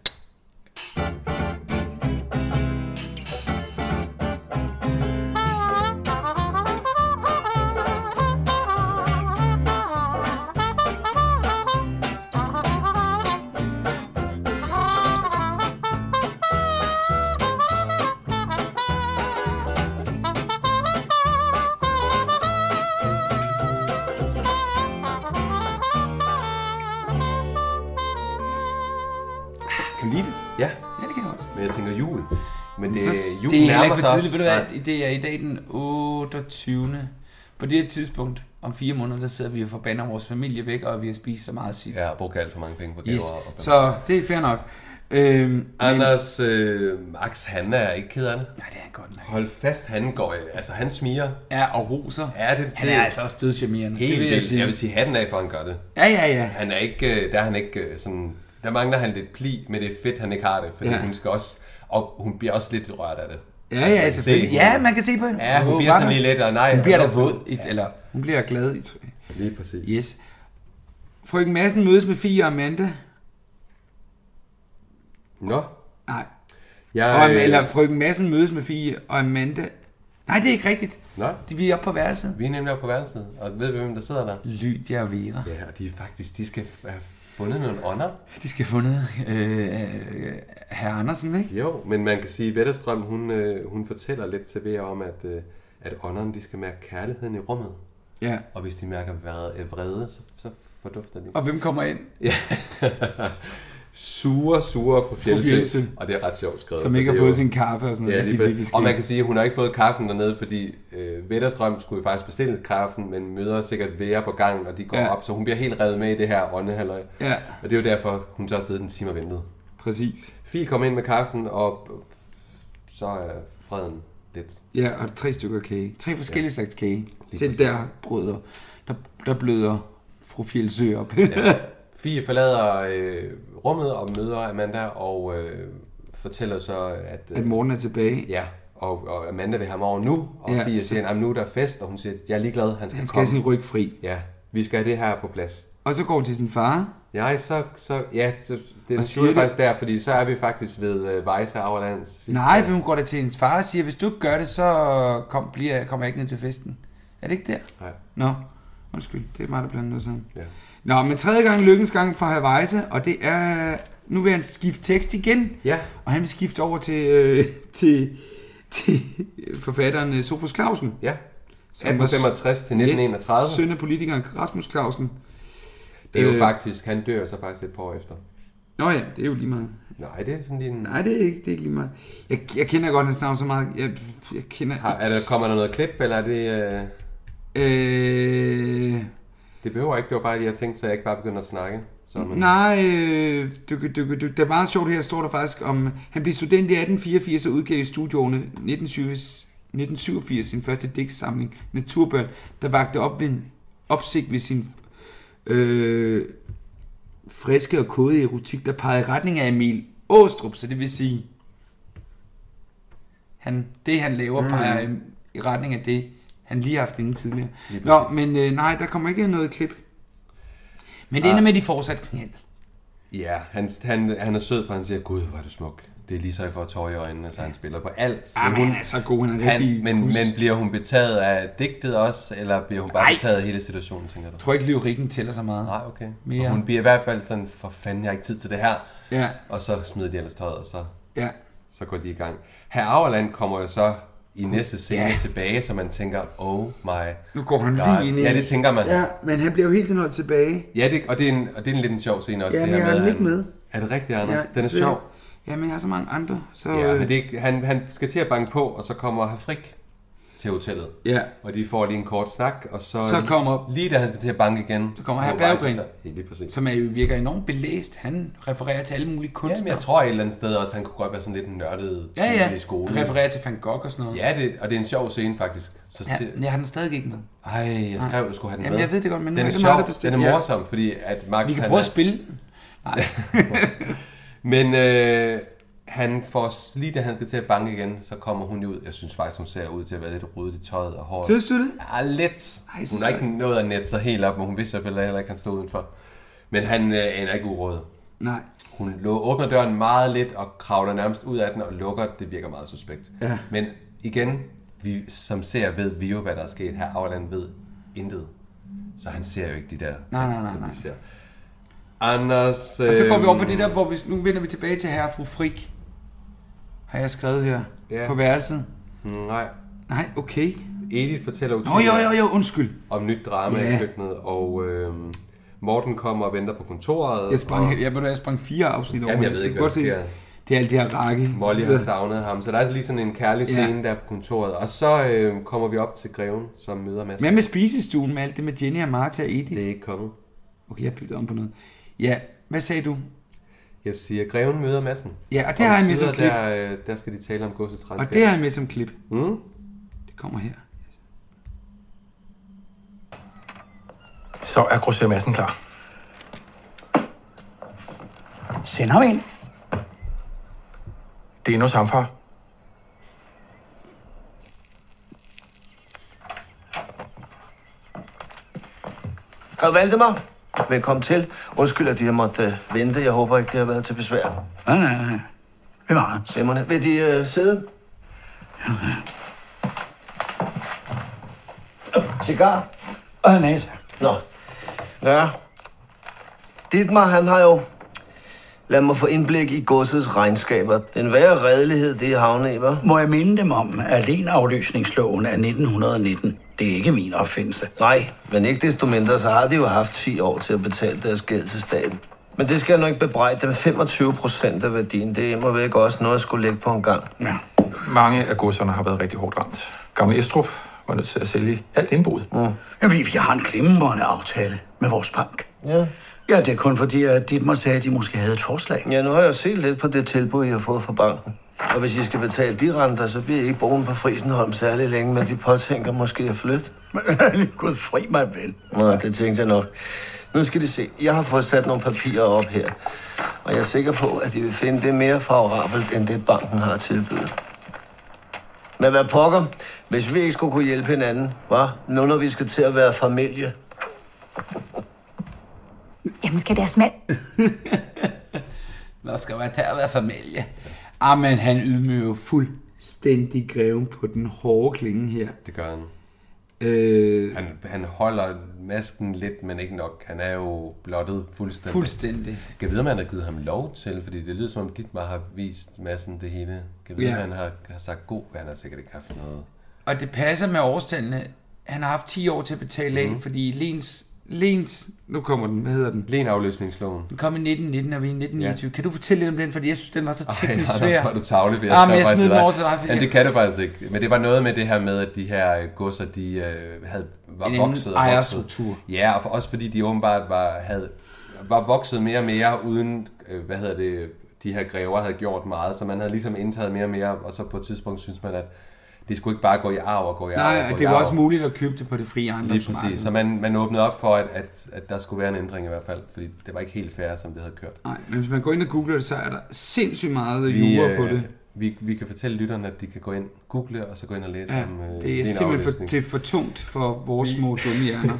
S2: Kan du lide det? Ja.
S1: Ja, det kan jeg også.
S2: Men jeg tænker jul. Men det,
S1: så,
S2: jul
S1: det er heller
S2: nærmer
S1: ikke
S2: sig
S1: for
S2: også.
S1: tidligt, ved du hvad,
S2: Nej.
S1: det er i dag den 28. På det her tidspunkt, om fire måneder, der sidder vi og forbander vores familie væk, og vi har spist så meget sild.
S2: Ja, og brugt alt for mange penge på gaver.
S1: yes.
S2: og-
S1: Så det er fair nok. Øhm,
S2: Anders, øh, Max, han er ikke ked af det.
S1: Nej, det er han godt nok.
S2: Hold fast, han går, øh, altså han smiger.
S1: Ja, og roser.
S2: Ja, det,
S1: Han
S2: det-
S1: er altså også dødcharmerende.
S2: Helt
S1: Det vil jeg
S2: vildt.
S1: sige.
S2: Jeg vil sige hatten af, for han gør det.
S1: Ja, ja, ja.
S2: Han er ikke, øh, der er han ikke øh, sådan, der mangler han lidt pli, men det er fedt, han ikke har det, fordi
S1: Ja.
S2: ja. hun skal også, og hun bliver også lidt rørt af det.
S1: Ja, ja, altså, selvfølgelig. Ja, man kan se på hende.
S2: Ja, hun
S1: Åh,
S2: bliver
S1: var
S2: sådan
S1: der-
S2: lige lidt, og nej.
S1: Hun bliver
S2: og-
S1: da våd, i- eller hun bliver glad. i tø-
S2: Lige præcis.
S1: Yes. Frøken Madsen mødes med Fie og Amanda.
S2: Nå.
S1: Nej.
S2: Jeg,
S1: Og,
S2: øh,
S1: eller frøken Madsen mødes med Fie og Amanda. Nej, det er ikke rigtigt.
S2: Nå.
S1: De, vi er oppe på værelset.
S2: Vi er nemlig oppe på værelset, og ved vi, hvem der sidder der?
S1: Lydia og Vera.
S2: Ja, og de er faktisk, de skal f- have fundet nogle ånder.
S1: De skal have fundet øh, øh, herr Andersen, ikke?
S2: Jo, men man kan sige, at Vetterstrøm, hun, øh, hun fortæller lidt til Vera om, at, øh, at ånderne, de skal mærke kærligheden i rummet.
S1: Ja.
S2: Og hvis de mærker vrede- øh, vrede, så, så fordufter de.
S1: Og hvem kommer ind?
S2: Ja. sure, sure fra Fjeldsø.
S1: Fjeldsø.
S2: Og det er ret sjovt skrevet.
S1: Som ikke har
S2: for det er
S1: fået
S2: jo-
S1: sin kaffe og sådan noget.
S2: Ja,
S1: Ja,
S2: lige
S1: det er
S2: præ-
S1: virkelig skidt.
S2: og man kan sige, at hun har ikke fået kaffen dernede, fordi øh, Vetterstrøm skulle jo faktisk bestille kaffen, men møder sikkert Vera på gangen, og de går
S1: Ja.
S2: ja. op, så hun bliver helt revet med i det her åndehalløj.
S1: Ja.
S2: Og det er jo derfor, hun så har siddet en time og ventet.
S1: Præcis.
S2: Fie kom ind med kaffen, og øh, så er freden lidt.
S1: Ja, og tre stykker kage. Tre forskellige ja. slags kage. Selv
S2: præcis.
S1: der brødre, der, der bløder fru Fjeldsø op.
S2: Ja. Fie forlader øh, rummet og møder Amanda, og øh, fortæller så, at... øh,
S1: at Morten er tilbage.
S2: Ja, og, og Amanda vil have ham over nu, og
S1: Ja,
S2: ja, Fie
S1: så-
S2: siger, at nu er der fest, og hun siger, jeg er ligeglad, han skal
S1: Han skal
S2: komme.
S1: have sin ryg fri.
S2: Ja, Vi skal have det her på plads.
S1: Og så går hun til sin far.
S2: Nej, så, så, ja, så, den
S1: Og
S2: slutter
S1: siger det-
S2: faktisk der, fordi så er vi faktisk ved øh, Vejse Auerlands sidste
S1: Nej, for hun går da til hendes far og siger, hvis du ikke gør det, så kom, bliver, kommer jeg ikke ned til festen. Er det ikke der?
S2: Nej.
S1: Nå, undskyld, det er mig, der blander noget sammen.
S2: Ja.
S1: Nå, men tredje gang lykkens gang for Havajse, og det er... Nu vil han skifte tekst igen.
S2: Ja.
S1: Og han vil skifte over til, øh, til, til forfatteren øh, Sofus Clausen.
S2: Ja.
S1: Som var s-
S2: 1865 til 1931.
S1: Yes, søn af politikeren Rasmus Clausen.
S2: Det er jo
S1: Øh,
S2: faktisk, han dør så faktisk et par år efter.
S1: Nå ja, det er jo lige meget.
S2: Nej, det er sådan lige en...
S1: Nej, det er ikke, det er ikke lige meget. Jeg, jeg kender godt hans navn så meget. Jeg, jeg kender...
S2: Har, er der, kommer der noget klip, eller er det... Øh...
S1: Øh...
S2: Det behøver ikke, det var bare, at jeg tænkte, så jeg ikke bare begynder at snakke. Så, men...
S1: Nej, øh, du, du, du, det er meget sjovt her, står der faktisk om, han blev student i 1884 og udgav i studioårene 1987 1987 sin første digtsamling, Naturbørn, der vagte op ved en opsigt ved sin øh, friske og kodige erotik, der pegede i retning af Emil Åstrup, så det vil sige, han, det han laver
S2: Mm.
S1: mm. peger i, i retning af det, han lige har haft inden tidligere.
S2: Lige
S1: Nå,
S2: præcis.
S1: men øh, nej, der kommer ikke noget klip. Men det
S2: Ah.
S1: ender med, at de fortsat knald.
S2: Ja, han, han, han er sød, for han siger, gud, hvor er du smuk. Det er lige så, jeg får tårer i øjnene, så han spiller på alt.
S1: Ah, men han er så god, han er rigtig
S2: men,
S1: kusk.
S2: men bliver hun betaget af digtet også, eller bliver hun bare
S1: Ej.
S2: betaget af hele situationen, tænker du?
S1: Jeg tror ikke, lyrikken tæller så meget.
S2: Nej, okay.
S1: Mere.
S2: Og hun bliver i hvert fald sådan, for fanden, jeg har ikke tid til det her.
S1: Ja.
S2: Og så smider de ellers tøjet, og så,
S1: Ja.
S2: så går de i gang. Her Auerland kommer jo så i næste scene
S1: Ja.
S2: ja. tilbage, så man tænker, oh my
S1: Nu går han
S2: God.
S1: lige ind i...
S2: Ja, det tænker man.
S1: Ja, men han bliver jo hele tiden holdt tilbage.
S2: Ja, det, og, det er en, og det er en lidt en sjov scene også.
S1: Ja,
S2: det
S1: men
S2: her
S1: jeg har
S2: med,
S1: den ikke
S2: han-
S1: med.
S2: Er det rigtigt, Anders?
S1: Ja,
S2: den er
S1: desværre.
S2: sjov.
S1: Ja, men jeg har så mange andre, så...
S2: Ja,
S1: øh,
S2: men det er ikke, han, han skal til at banke på, og så kommer Hafrik til hotellet.
S1: Ja.
S2: Og de får lige en kort snak, og så...
S1: Så kommer-
S2: Lige da han skal til at banke igen... Så
S1: kommer herr Berggren.
S2: Ja, lige præcis.
S1: Som er jo virker enormt belæst. Han refererer til alle mulige
S2: Ja, men
S1: kunstnere.
S2: jeg tror et eller andet sted også, han kunne godt være sådan lidt en nørdet
S1: ja,
S2: type
S1: ja.
S2: i skolen.
S1: Han refererer til Van Gogh og sådan noget.
S2: Ja, det, og det er en sjov scene faktisk. Så
S1: Ja,
S2: se-
S1: men jeg har den stadig ikke med.
S2: Ej, jeg skrev, du skulle have den
S1: Jamen,
S2: med.
S1: jeg ved det godt, men nu
S2: den
S1: er
S2: er
S1: det mig, der
S2: sjov,
S1: bestemmer.
S2: Den
S1: Ja.
S2: er morsom, fordi at Max...
S1: Vi kan
S2: han
S1: prøve
S2: er-
S1: at spille den. Nej.
S2: Men øh, han får, lige da han skal til at banke igen, så kommer hun jo ud. Jeg synes faktisk, hun ser ud til at være lidt rodet i tøjet og håret.
S1: Synes du det?
S2: Ja, lidt.
S1: Ej, jeg synes
S2: hun har ikke
S1: det.
S2: nået at nette sig helt op, men hun vidste selvfølgelig heller ikke, at han stod udenfor. Men han øh, aner ikke urådet.
S1: Nej.
S2: Hun lå, åbner døren meget lidt og kravler nærmest ud af den og lukker. Det virker meget suspekt.
S1: Ja.
S2: Men igen, vi som ser ved vi jo, hvad der er sket her. Auerland ved intet. Så han ser jo ikke de der ting,
S1: Nej, nej, nej,
S2: som
S1: nej.
S2: vi ser. Anders...
S1: Og så går vi over på
S2: øhm,
S1: det der, hvor vi... Nu vender vi tilbage til herre og fru Frik. Har jeg skrevet her.
S2: Ja.
S1: På værelset.
S2: Nej.
S1: Nej, okay.
S2: Edith fortæller
S1: Nå, jo, jo, jo, undskyld.
S2: om nyt drama
S1: Ja.
S2: i køkkenet, og øhm, Morten kommer og venter på kontoret.
S1: Jeg sprang,
S2: og
S1: jeg, jeg, ved du, jeg sprang fire afsnit over.
S2: Jamen, jeg ved ikke,
S1: Du kan
S2: hvad der
S1: godt se, Det er alt det her rakke.
S2: Molly har savnet ham, så der er altså lige sådan en kærlig
S1: Ja.
S2: scene der på kontoret. Og så øhm, kommer vi op til greven, som møder Mads.
S1: Hvad med spisestuen med alt det med Jenny og Martha og Edith?
S2: Det er ikke kommet.
S1: Okay, jeg bytter om på noget. Ja, hvad sagde du?
S2: Jeg siger, greven møder Madsen.
S1: Ja, og det har jeg med som klip.
S2: Der, øh, der skal de tale om godsets
S1: Og
S2: regnskab.
S1: det har jeg med som klip.
S2: Mm?
S1: Det kommer her.
S8: Så er Grosser Madsen klar.
S9: Send ham ind.
S8: Det er endnu samme far.
S7: Karl Valdemar, velkommen til. Undskyld, at de har måttet øh, vente. Jeg håber ikke, det har været til besvær.
S9: Nej, nej, nej. Hvem er han?
S7: Stemmerne. Vil de øh, sidde? Cigar?
S9: Øh, nej, tak.
S7: Nå. Ja. Dietmar, han har jo... Lad mig få indblik i godsets regnskaber. Den værre redelighed, det er havnæber.
S9: Må jeg minde dem om, at lenafløsningsloven af 1919, det er ikke min opfindelse.
S7: Nej, men ikke desto mindre, så har de jo haft 10 år til at betale deres gæld til staten. Men det skal jeg nu ikke bebrejde dem. 25 procent af værdien, det må væk også noget at skulle lægge på en gang.
S9: Ja.
S8: Mange af godserne har været rigtig hårdt ramt. Gamle Estrup var nødt til at sælge alt indboet.
S9: Jamen, vi, vi har en glimrende aftale med vores bank.
S7: Ja.
S9: Ja, det er kun fordi, at Dietmar sagde, at de måske havde et forslag.
S7: Ja, nu har jeg jo set lidt på det tilbud, I har fået fra banken. Og hvis I skal betale de renter, så bliver I ikke boende på Frisenholm særlig længe, men de påtænker måske at flytte.
S9: Men Gud fri mig vel.
S7: Nå, det tænkte jeg nok. Nu skal de se. Jeg har fået sat nogle papirer op her. Og jeg er sikker på, at I vil finde det mere favorabelt, end det banken har tilbydet. Men hvad pokker, hvis vi ikke skulle kunne hjælpe hinanden, hva'? Nu når vi skal til at være familie.
S4: Jamen skal deres mand...
S1: Nå skal man tage at være familie. Amen, han ydmyger jo fuldstændig greven på den hårde klinge her.
S2: Det gør han.
S1: Øh,
S2: Han, han holder masken lidt, men ikke nok. Han er jo blottet fuldstændig.
S1: Fuldstændig.
S2: Kan vide, om han har givet ham lov til, fordi det lyder som om Dietmar har vist massen det hele. Kan vide,
S1: Ja.
S2: ja. han har, har sagt god, han har sikkert ikke haft noget.
S1: Og det passer med årstallene. Han har haft 10 år til at betale
S2: Mhm.
S1: af, mm. fordi Lens, Lens, nu kommer den, hvad hedder den?
S2: Lenafløsningsloven.
S1: Den kom i 1919, og vi er i 1929. Ja. Kan du fortælle lidt om den? Fordi jeg synes, den var så teknisk svær.
S2: Anders, var du tavle ved at
S1: ah, men
S2: spørge
S1: jeg
S2: mig
S1: smed den
S2: dig.
S1: over til dig. fordi
S2: Ja, det
S1: jeg-
S2: kan det faktisk ikke. Men det var noget med det her med, at de her øh, godser, de øh, havde, var
S1: En
S2: en
S1: anden
S2: vokset.
S1: ejerstruktur.
S2: Ja, og for, også fordi de åbenbart var, havde, var vokset mere og mere, uden, øh, hvad hedder det, de her grever havde gjort meget, så man havde ligesom indtaget mere og mere, og så på et tidspunkt synes man, at det skulle ikke bare gå i arv og gå i arv.
S1: Nej,
S2: og gå
S1: og
S2: i
S1: det var
S2: arv.
S1: også muligt at købe det på det frie
S2: Lige
S1: ejendomsmarked.
S2: præcis. Så man, man åbnede op for, at, at, at der skulle være en ændring i hvert fald, fordi det var ikke helt fair, som det havde kørt.
S1: Nej, men hvis man går ind og googler det, så er der sindssygt meget
S2: Vi,
S1: jura
S2: øh,
S1: på det.
S2: Vi, vi kan fortælle lytterne, at de kan gå ind, google og så gå ind og læse
S1: Ja,
S2: om øh,
S1: det er
S2: din
S1: simpelthen for,
S2: aflæsning.
S1: det er for tungt for vores små dumme hjerner.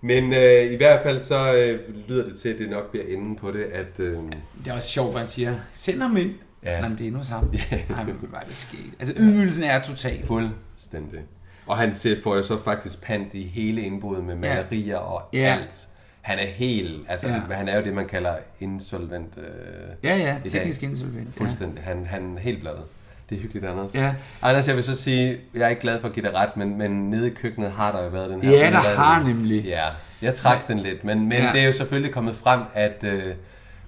S2: Men øh, i hvert fald så øh, lyder det til, at det nok bliver enden på det, at... Øh,
S1: Det er også sjovt, at man siger, send ham ind. Ja.
S2: Ja.
S1: Jamen, det er endnu sammen. Nej, men hvor er det sket. Altså, ydmygelsen er total.
S2: Fuldstændig. Og han ser, får jo så faktisk pant i hele indbruddet med malerier og
S1: Ja.
S2: alt. Han er helt, altså
S1: Ja.
S2: ja. han er jo det, man kalder insolvent. Øh,
S1: Ja, ja,
S2: i dag.
S1: teknisk insolvent, ja.
S2: Fuldstændig. Han, han er helt blandet. Det er hyggeligt, Anders.
S1: Ja.
S2: Anders, jeg vil så sige, jeg er ikke glad for at give dig ret, men, men nede i køkkenet har der jo været den her.
S1: Ja, der
S2: udladning.
S1: har nemlig.
S2: Ja, jeg trak den lidt, men, men
S1: Ja.
S2: ja. det er jo selvfølgelig kommet frem, at, øh,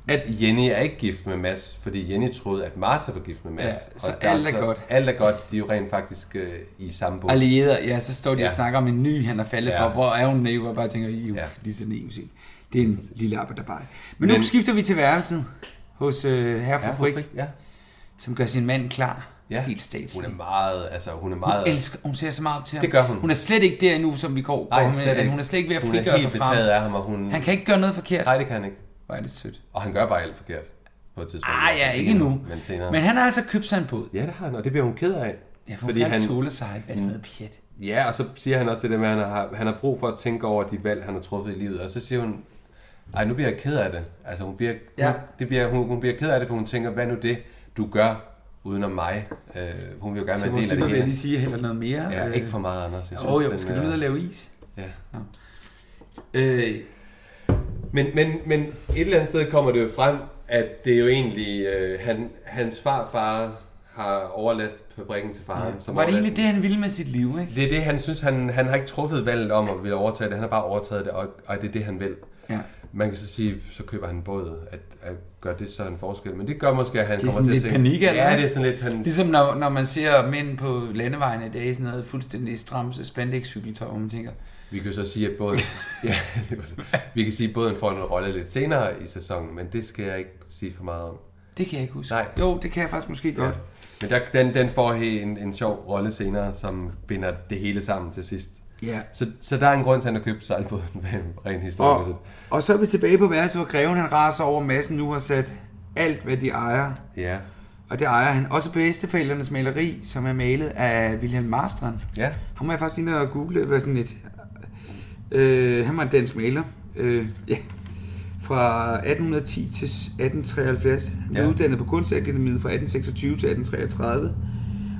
S2: at Jenny er ikke gift med Mads, fordi Jenny troede, at Martha var gift med Mads.
S1: Ja, så
S2: der
S1: alt er godt.
S2: Alt er godt, de er jo rent faktisk øh, i samme båd.
S1: Allierede, ja, så står de ja. og
S2: Ja.
S1: snakker om en ny, han er faldet ja.
S2: Ja.
S1: for. Hvor er hun naiv? Og bare tænker, I ja. lige så naiv sig. Det er en lille arbejderbare. Men, Men nu
S2: Men-
S1: skifter vi til værelset hos øh, herre
S2: Herre
S1: for
S2: for
S1: Frik,
S2: Frick, ja.
S1: som gør sin mand klar.
S2: Ja.
S1: Helt statslig.
S2: Hun er meget, altså hun er
S1: Hun
S2: meget...
S1: elsker, hun ser så meget op til ham.
S2: Det gør hun.
S1: Hun er slet ikke der endnu, som vi går
S2: Nej,
S1: på.
S2: slet
S1: Slet altså,
S2: ikke.
S1: hun er slet ikke ved at
S2: Hun er
S1: frigøre sig
S2: helt
S1: fra ham.
S2: betaget af ham, og hun-
S1: Mm. Han kan ikke gøre noget forkert.
S2: Nej, det kan han ikke.
S1: Hvor er det sødt.
S2: Og han gør bare alt forkert på et tidspunkt.
S1: Ah, ja, ikke nu.
S2: Men senere.
S1: Men han har altså købt sig en båd.
S2: Ja, det har han, og det bliver hun ked af.
S1: Ja, for fordi hun kan han... tåle sig. Hvad er det
S2: Mm.
S1: for noget pjat?
S2: Ja, og så siger han også det der med, at han har, han har brug for at tænke over de valg, han har truffet i livet. Og så siger hun, ej, nu bliver jeg ked af det. Altså, hun bliver,
S1: Ja.
S2: ja. hun, det bliver, hun, hun bliver ked af det, for hun tænker, hvad nu det, du gør uden om mig? Øh, hun vil jo gerne
S1: Så
S2: være en
S1: måske
S2: del af
S1: må
S2: det
S1: vi
S2: hele.
S1: lige sige heller noget mere.
S2: Ja,
S1: Øh,
S2: ikke for meget, Anders. Jeg
S1: Åh, jo,
S2: den
S1: skal du
S2: er-
S1: ned og lave is?
S2: Ja.
S1: Nå. Øh,
S2: men, men, men et eller andet sted kommer det jo frem, at det er jo egentlig, øh, han, hans farfar har overladt fabrikken til faren.
S1: Som var det
S2: overladt-
S1: egentlig det, han ville med sit liv, ikke?
S2: Det er det, han synes, han, han har ikke truffet valget om at ville overtage det. Han har bare overtaget det, og, og det er det, han vil.
S1: Ja.
S2: Man kan så sige, så køber han både, at, at gør det så en forskel. Men det gør måske, at han
S1: Det er
S2: kommer
S1: sådan
S2: til
S1: lidt
S2: at
S1: tænke,
S2: tænke...
S1: panik, eller
S2: Ja,
S1: hvad?
S2: det er sådan lidt... Han,
S1: Ligesom når, når man ser mænd på landevejen i dag i sådan noget fuldstændig stramt spandex-cykeltøj, hvor man tænker,
S2: Vi kan jo så sige, at både... ja, det var så- vi kan sige, at båden får en rolle lidt senere i sæsonen, men det skal jeg ikke sige for meget om.
S1: det kan jeg ikke huske.
S2: Nej.
S1: Jo, det kan jeg faktisk måske godt.
S2: Men der, den, den får he- en, en sjov rolle senere, som binder det hele sammen til sidst.
S1: Ja.
S2: Så, så der er en grund til, at han har købt sejlbåden, rent historisk. set.
S1: Og, og så er vi tilbage på værelset, hvor greven han raser over massen nu har sat alt, hvad de ejer.
S2: Ja.
S1: Og det ejer han. Også bedsteforældrenes maleri, som er malet af Wilhelm Marstrand.
S2: Ja.
S1: Han må jeg faktisk lige ned og google, hvad sådan et... Øh, han var en dansk maler. Øh, ja. Fra 1810 til 1873. Han blev
S2: Ja.
S1: uddannet på Kunstakademiet fra 1826 til 1833.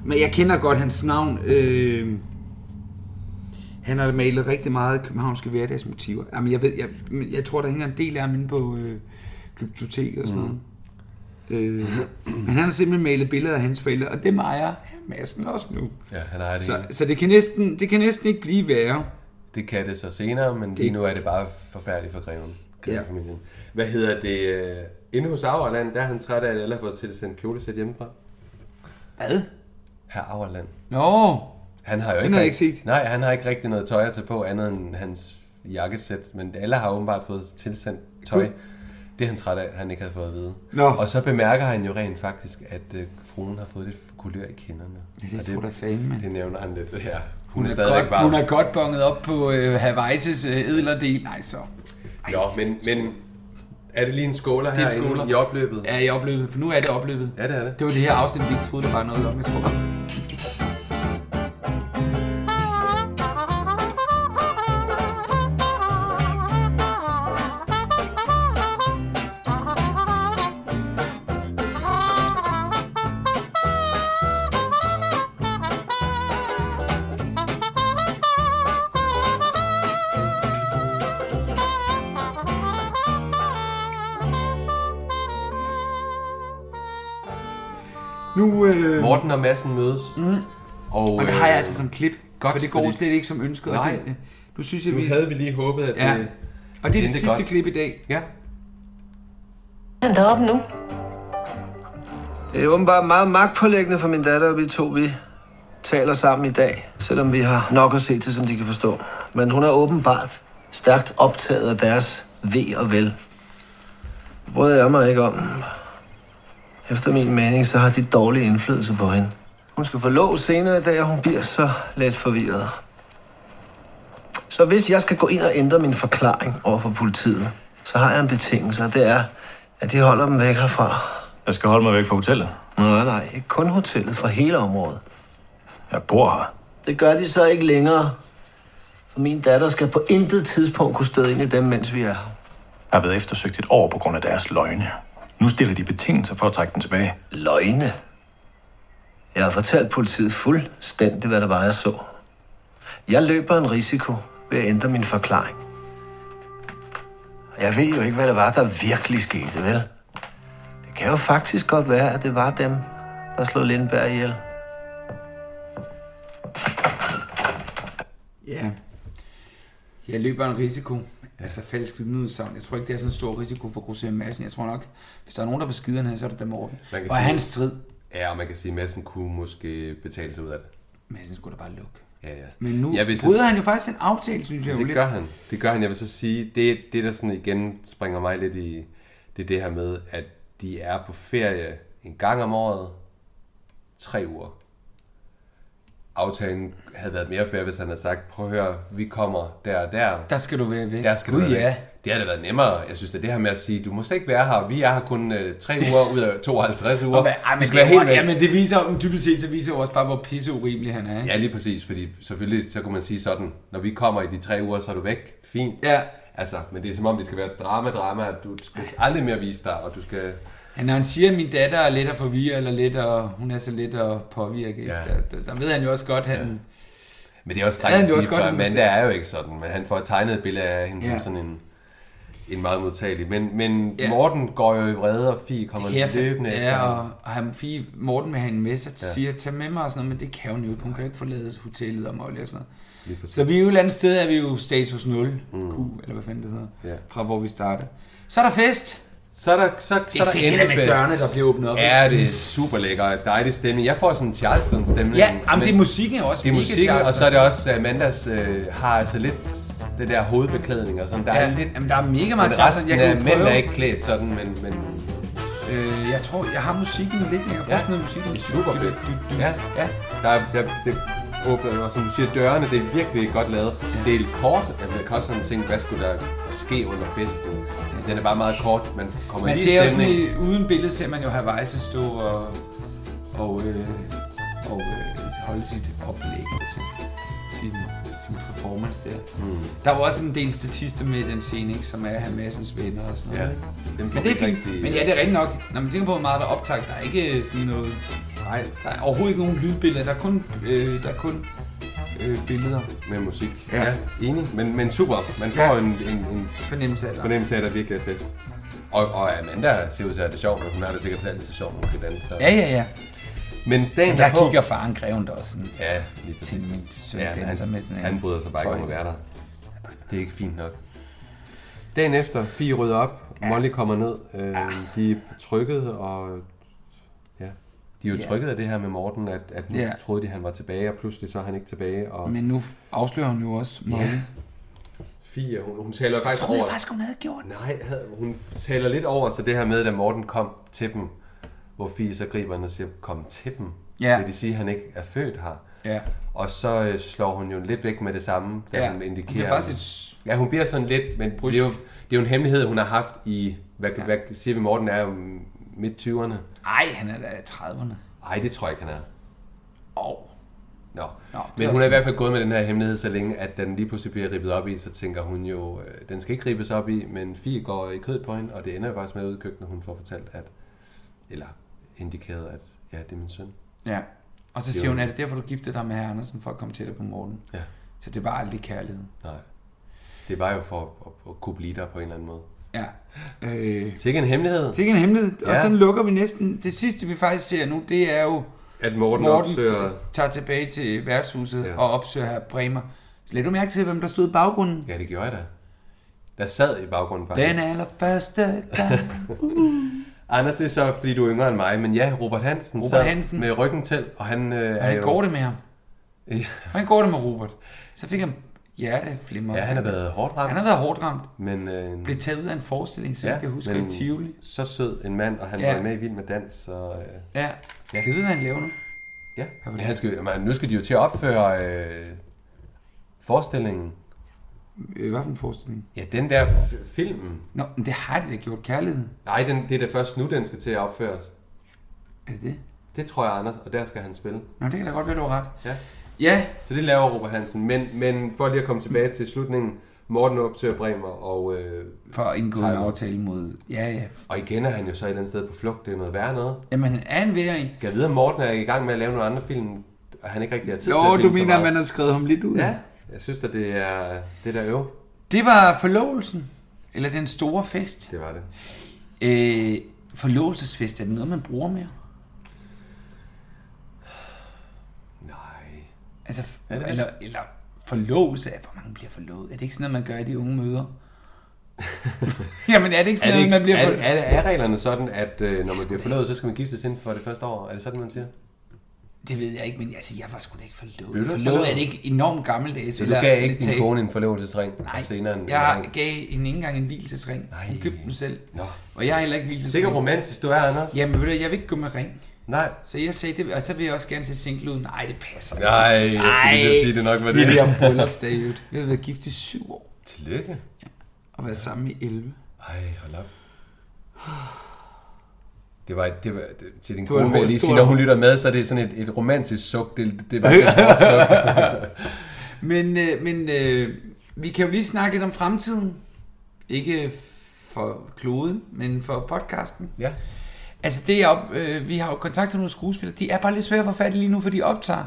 S1: Men jeg kender godt hans navn. Øh, han har malet rigtig meget københavnske hverdagsmotiver. Jamen, jeg ved, jeg, men jeg tror, der hænger en del af ham inde på øh, glyptoteket og sådan noget. Øh, men han har simpelthen malet billeder af hans forældre, og det ejer Madsen også nu.
S2: Ja, han ejer det
S1: så,
S2: hele.
S1: så det kan, næsten, det kan næsten ikke blive værre.
S2: Det kan det så senere, men lige nu er det bare forfærdeligt for greven.
S1: Ja.
S2: Ja. Familien. Hvad hedder det? øh, Inde hos Auerland, der er han træt af, at alle har fået tilsendt kjolesæt hjemmefra.
S1: Hvad?
S2: Herr Auerland.
S1: Nå!
S2: Han har jo
S1: Den
S2: ikke,
S1: har jeg
S2: rigt- Nej, han har ikke rigtig noget tøj at tage på, andet end hans jakkesæt. Men alle har åbenbart fået tilsendt tøj.
S1: Gud.
S2: Det er han træt af, han ikke har fået at vide.
S1: Nå.
S2: Og så bemærker han jo rent faktisk, at øh, fruen har fået lidt kulør i kinderne.
S1: Ja, det
S2: Og
S1: tror da fanden, mand.
S2: Det nævner han lidt. Ja. Hun,
S1: Hun,
S2: er,
S1: er,
S2: stadigvæk
S1: godt,
S2: varm.
S1: hun er godt bonget op på øh, Havajs' øh, edlerdel. Nej, så.
S2: Nå, men, men er det lige en skåler
S1: Det er en
S2: her
S1: skåler.
S2: i opløbet?
S1: Ja, i opløbet, for nu er det opløbet.
S2: Ja, det er det.
S1: Det var det her afsnit, vi ikke troede, der var noget om, jeg tror. Nu, øh...
S2: Morten og Madsen mødes.
S1: Mm.
S2: Og, øh,
S1: Og det har jeg altså som klip,
S2: godt,
S1: for det går slet ikke som ønsket, og
S2: Nej,
S1: det- øh, nu synes jeg,
S2: nu
S1: vi-
S2: havde vi lige håbet, at
S1: Ja.
S2: det
S1: Og det er det
S2: endte
S1: sidste
S2: godt.
S1: klip i dag.
S2: Ja.
S7: Han er deroppe nu. Det er åbenbart meget magtpålæggende for min datter, og vi to vi taler sammen i dag, selvom vi har nok at se til, som de kan forstå. Men hun er åbenbart stærkt optaget af deres ved og vel. Det bryder jeg mig ikke om. Efter min mening, så har de dårlig indflydelse på hende. Hun skal få lov senere i dag, og hun bliver så let forvirret. Så hvis jeg skal gå ind og ændre min forklaring over for politiet, så har jeg en betingelse, og det er, at de holder dem væk herfra.
S10: Jeg skal holde mig væk fra hotellet.
S7: Nej, nej, ikke kun hotellet, for hele området.
S10: Jeg bor her.
S7: Det gør de så ikke længere. For min datter skal på intet tidspunkt kunne støde ind i dem, mens vi er her.
S10: Jeg har været eftersøgt et år på grund af deres løgne. Nu stiller de betingelser for at trække den tilbage.
S7: Løgne? Jeg har fortalt politiet fuldstændig, hvad der var, jeg så. Jeg løber en risiko ved at ændre min forklaring. Og Jeg ved jo ikke, hvad det var, der virkelig skete, vel? Det kan jo faktisk godt være, at det var dem, der slog Lindberg ihjel.
S1: Ja. Jeg løber en risiko. Altså falsk vidneudsagn. Jeg tror ikke, det er sådan en stor risiko for Grosser Madsen. Jeg tror nok, hvis der er nogen, der beskider den her, så er det da Morten.
S2: Man kan
S1: Og
S2: sige-
S1: hans strid.
S2: Ja, og man kan sige, at Madsen kunne måske betale sig ud af det.
S1: Madsen skulle da bare lukke.
S2: Ja, ja.
S1: Men nu
S2: jeg vil så
S1: bryder
S2: s-
S1: han jo faktisk en aftale, synes jeg jo
S2: Det
S1: lidt.
S2: gør han. Det gør han. Jeg vil så sige, det, det der sådan igen springer mig lidt i, det er det her med, at de er på ferie en gang om året, tre uger. Aftalen havde været mere fair, hvis han havde sagt, prøv at høre, vi kommer der og der.
S1: Der skal du være væk.
S2: Der skal du
S1: Gud,
S2: være væk.
S1: ja.
S2: Det havde da været nemmere. Jeg synes, det er det her med at sige, du må slet ikke være her. Vi er her kun øh, tre uger ud af 52 uger.
S1: Og hvad- Ej,
S2: Du
S1: men,
S2: skal være helt
S1: det,
S2: væk.
S1: ja, men det viser jo, dybest set, så viser jo også bare, hvor pisse urimelig han er. Ikke?
S2: Ja, lige præcis, fordi selvfølgelig så kunne man sige sådan, når vi kommer i de tre uger, så er du væk. Fint.
S1: Ja.
S2: Altså, men det er som om, det skal være drama, drama, at du skal aldrig mere vise dig, og du skal...
S1: Han, når han siger, at min datter er let at forvirre, eller let at, hun er så let at påvirke, ja.
S2: Ja.
S1: så, der, der ved han jo også godt, han...
S2: Men det er også
S1: Ja,
S2: strengt
S1: det
S2: at
S1: er også
S2: sige,
S1: godt,
S2: for
S1: at hun
S2: Amanda
S1: bestemmer.
S2: er jo ikke sådan, men han får tegnet et billede af hende
S1: Ja.
S2: som sådan en, en meget modtagelig. Men, men
S1: Ja.
S2: ja. Morten går jo i vrede, og Fie kommer
S1: Det kan jeg fa-
S2: løbende
S1: Ja,
S2: efter ham.
S1: og, og han, Fie, Morten vil have en med, så ja.
S2: Ja.
S1: siger, tag med mig og sådan noget, men det kan hun jo ikke. Hun kan jo ikke forlade hotellet og Molly og sådan
S2: Lige
S1: noget.
S2: præcis.
S1: Så vi er jo et eller andet sted, er vi jo status 0, mm. Q, eller hvad fanden det hedder,
S2: Ja.
S1: fra hvor vi startede. Så er der fest!
S2: Så er der, så,
S1: det er fedt, det der med dørene, der bliver åbnet op.
S2: Ja, det er super lækker. Dejlig stemning. Jeg får sådan en Charleston-stemning.
S1: Ja, jamen, det er musikken er også
S2: Det er
S1: mega
S2: musikken,
S1: Charleston.
S2: og så er det også, at Amandas øh, har altså lidt det der hovedbeklædning og sådan. Der
S1: Ja,
S2: er lidt,
S1: jamen, der er mega meget
S2: men
S1: Charleston.
S2: resten
S1: Jeg kan jo
S2: af mænd er
S1: prøve.
S2: ikke klædt sådan, men... men
S1: Øh, jeg tror, jeg har musikken lidt, jeg kan prøve at smide musikken.
S2: super fedt. Ja, ja. Der, er- der, det åbner jo, og som du siger, dørene, det er virkelig godt lavet. Det er lidt kort, at man kan også sådan tænke, hvad skulle der ske under festen? Den er bare meget kort, man kommer
S1: Man
S2: lige i
S1: ser jo sådan,
S2: stemning.
S1: i- uden billede ser man jo Havajsa stå og, og, øh, og øh, holde sit oplæg og sit, sin, sin performance der.
S2: Mm.
S1: Der var også en del statister med i den scene, ikke, som er Hamassens venner og sådan noget.
S2: Ja,
S1: ikke?
S2: dem får
S1: Men
S2: vi
S1: det er fint.
S2: ikke rigtig-
S1: Men ja, det er rigtigt nok. Når man tænker på, hvor meget der er optaget, der er ikke øh, sådan noget... Nej, der er overhovedet ikke nogen lydbilleder. Der er kun, øh, der er kun øh, billeder.
S2: med musik. Ja, ja enig. Men, men super. Man får ja. en, en, en
S1: fornemmelse af, det.
S2: fornemmelse af, at der virkelig er fest. Og, og Amanda ser ud til at have det sjovt, men hun har det sikkert altid sjovt, når hun kan danse. Så.
S1: Ja, ja, ja.
S2: Men dagen
S1: Men der
S2: derpå-
S1: kigger faren greven der også sådan.
S2: Ja, lige
S1: til min søn
S2: ja,
S1: danser
S2: han,
S1: altså med sådan en
S2: han bryder sig bare ikke
S1: tøj.
S2: om at være der. Det er ikke fint nok. Dagen efter, Fie rydder op, ja. Molly kommer ned. Øh, De er trykket, og ja, de er jo
S1: Ja.
S2: trykket af det her med Morten, at, at nu
S1: Ja.
S2: ja. troede de, han var tilbage, og pludselig så er han ikke tilbage. Og
S1: Men nu afslører hun jo også Molly.
S2: Ja. Fie, hun, hun taler faktisk
S1: troede
S2: over...
S1: faktisk, hun havde gjort det.
S2: Nej, havde- hun taler lidt over, så det her med, da Morten kom til dem, hvor Fie så griber han og siger, kom til dem.
S1: Ja.
S2: Vil det sige, at han ikke er født her?
S1: Ja.
S2: Og så øh, slår hun jo lidt væk med det samme, da
S1: Ja,
S2: hun
S1: hun
S2: indikerer...
S1: bliver faktisk lidt s-
S2: Ja, hun bliver sådan lidt, men det er, jo, det er jo en hemmelighed, hun har haft i... Hvad, ja. hvad siger vi, Morten er jo midt 20'erne?
S1: Ej, han er da i 30'erne.
S2: Nej, det tror jeg ikke, han er.
S1: Og...
S2: Nå. Nå
S1: det er
S2: men hun
S1: også-
S2: er i hvert fald gået med den her hemmelighed, så længe at den lige pludselig bliver ribbet op i, så tænker hun jo, øh, den skal ikke ribbes op i, men Fie går i kød på hende, og det ender jo faktisk med ud i køkkenet, hun får fortalt, at, eller indikeret, at ja, det er min søn.
S1: Ja. Og så
S2: Det er
S1: siger
S2: jo-
S1: hun, er det derfor, du giftede dig med herr Andersen, for at komme tættere på Morten?
S2: Ja.
S1: Så det var aldrig kærlighed.
S2: Nej. Det var jo for at, at, at kunne blive der på en eller anden måde.
S1: Ja. Øh,
S2: Sikke en hemmelighed.
S1: Det er ikke en hemmelighed. Ja. Og
S2: Ja.
S1: sådan lukker vi næsten. Det sidste, vi faktisk ser nu, det er jo...
S2: At Morten opsøger-
S1: t- tager tilbage til værtshuset ja. og opsøger her Bremer. Så lad du mærke til, hvem der stod i baggrunden?
S2: Ja, det gjorde jeg da. Der sad i baggrunden faktisk.
S1: Den allerførste gang.
S2: Anders, det er så, fordi du er yngre end mig, men ja, Robert Hansen
S1: Robert
S2: sad
S1: Hansen.
S2: med ryggen til, og han øh, er
S1: Hvordan
S2: jo...
S1: går det med ham?
S2: Ja.
S1: Hvordan går det med Robert? Så fik han hjerteflimmer.
S2: Ja, han har været hårdt ramt.
S1: Han har været hårdt ramt.
S2: Men, øh,
S1: Blev taget ud af en forestilling, så ja, jeg husker i
S2: men
S1: Tivoli.
S2: Så sød en mand, og han
S1: Ja.
S2: ja. var med i Vild med Dans. Så, øh,
S1: Ja. Jeg ved, hvad han laver nu.
S2: Ja, men han skal, man, nu skal de jo til at opføre øh, forestillingen.
S1: Øh, Hvad for en forestilling?
S2: Ja, den der f- film.
S1: Nå, men det har de da gjort kærlighed.
S2: Nej, den, det er da først nu, den skal til at opføres.
S1: Er det det?
S2: Det tror jeg, Anders, og der skal han spille.
S1: Nå, det kan da godt være, du har ret.
S2: Ja.
S1: ja.
S2: Så det laver Robert Hansen. Men, men for lige at komme tilbage til slutningen, Morten opsøger Bremer og... Øh,
S1: for at indgå en aftale mod... Ja, ja.
S2: Og igen er han jo så et eller andet sted på flugt. Det er noget værre noget.
S1: Jamen, han er en værre en.
S2: Kan jeg vide, om Morten er i gang med at lave nogle andre film, og han ikke rigtig har tid til at
S1: Nå,
S2: filme
S1: du
S2: så
S1: mener, at
S2: meget?
S1: man har skrevet ham lidt ud?
S2: Ja, jeg synes at det er det der øv.
S1: Det var forlovelsen. Eller den store fest.
S2: Det var det.
S1: Øh, forlovelsesfest, er det noget, man bruger mere?
S2: Nej.
S1: Altså,
S2: Er det-
S1: eller, eller forlovelse, hvor mange bliver forlovet? Er det ikke sådan noget, man gør i de unge møder? Jamen, er det ikke sådan
S2: er, det
S1: noget, man bliver
S2: er,
S1: forlovet?
S2: det- er, det- er reglerne sådan, at øh, når man bliver forlovet, så skal man giftes inden for det første år? Er det sådan, man siger?
S1: Det ved jeg ikke, men altså, jeg var sgu da ikke forlovet.
S2: Blev du
S1: forlovet
S2: forlovet?
S1: er det ikke enormt gammeldags?
S2: Så du gav ikke din kone en forlovelsesring?
S1: Nej,
S2: og senere en,
S1: jeg
S2: en ring?
S1: gav hende ikke engang en hvilesesring. Nej. Hun købte den selv.
S2: Nå.
S1: Og jeg har heller ikke hvilesesring.
S2: Sikke romantisk du er, Anders.
S1: Jamen, ved du, jeg vil ikke gå med ring.
S2: Nej.
S1: Så jeg sagde det, og så vil jeg også gerne se single ud. Nej, det passer
S2: Nej, jeg skulle lige til at sige, det nok var det.
S1: Vi har haft bryllupsdag i øvrigt. Vi har været gift i syv år.
S2: Tillykke.
S1: Ja. Og været sammen i 11.
S2: Ej, hold op. Det var, det var det, til din
S1: Det var
S2: kone,
S1: en
S2: vil jeg lige
S1: stor-
S2: sige, når hun lytter med, så er det sådan et, et romantisk suk. Det, det var
S1: Hø-
S2: et hårdt suk.
S1: men øh, men øh, vi kan jo lige snakke lidt om fremtiden. Ikke for kloden, men for podcasten.
S2: Ja.
S1: Altså det er, op- øh, vi har jo kontakt til nogle skuespillere. De er bare lidt svære at få fat i lige nu, for de optager.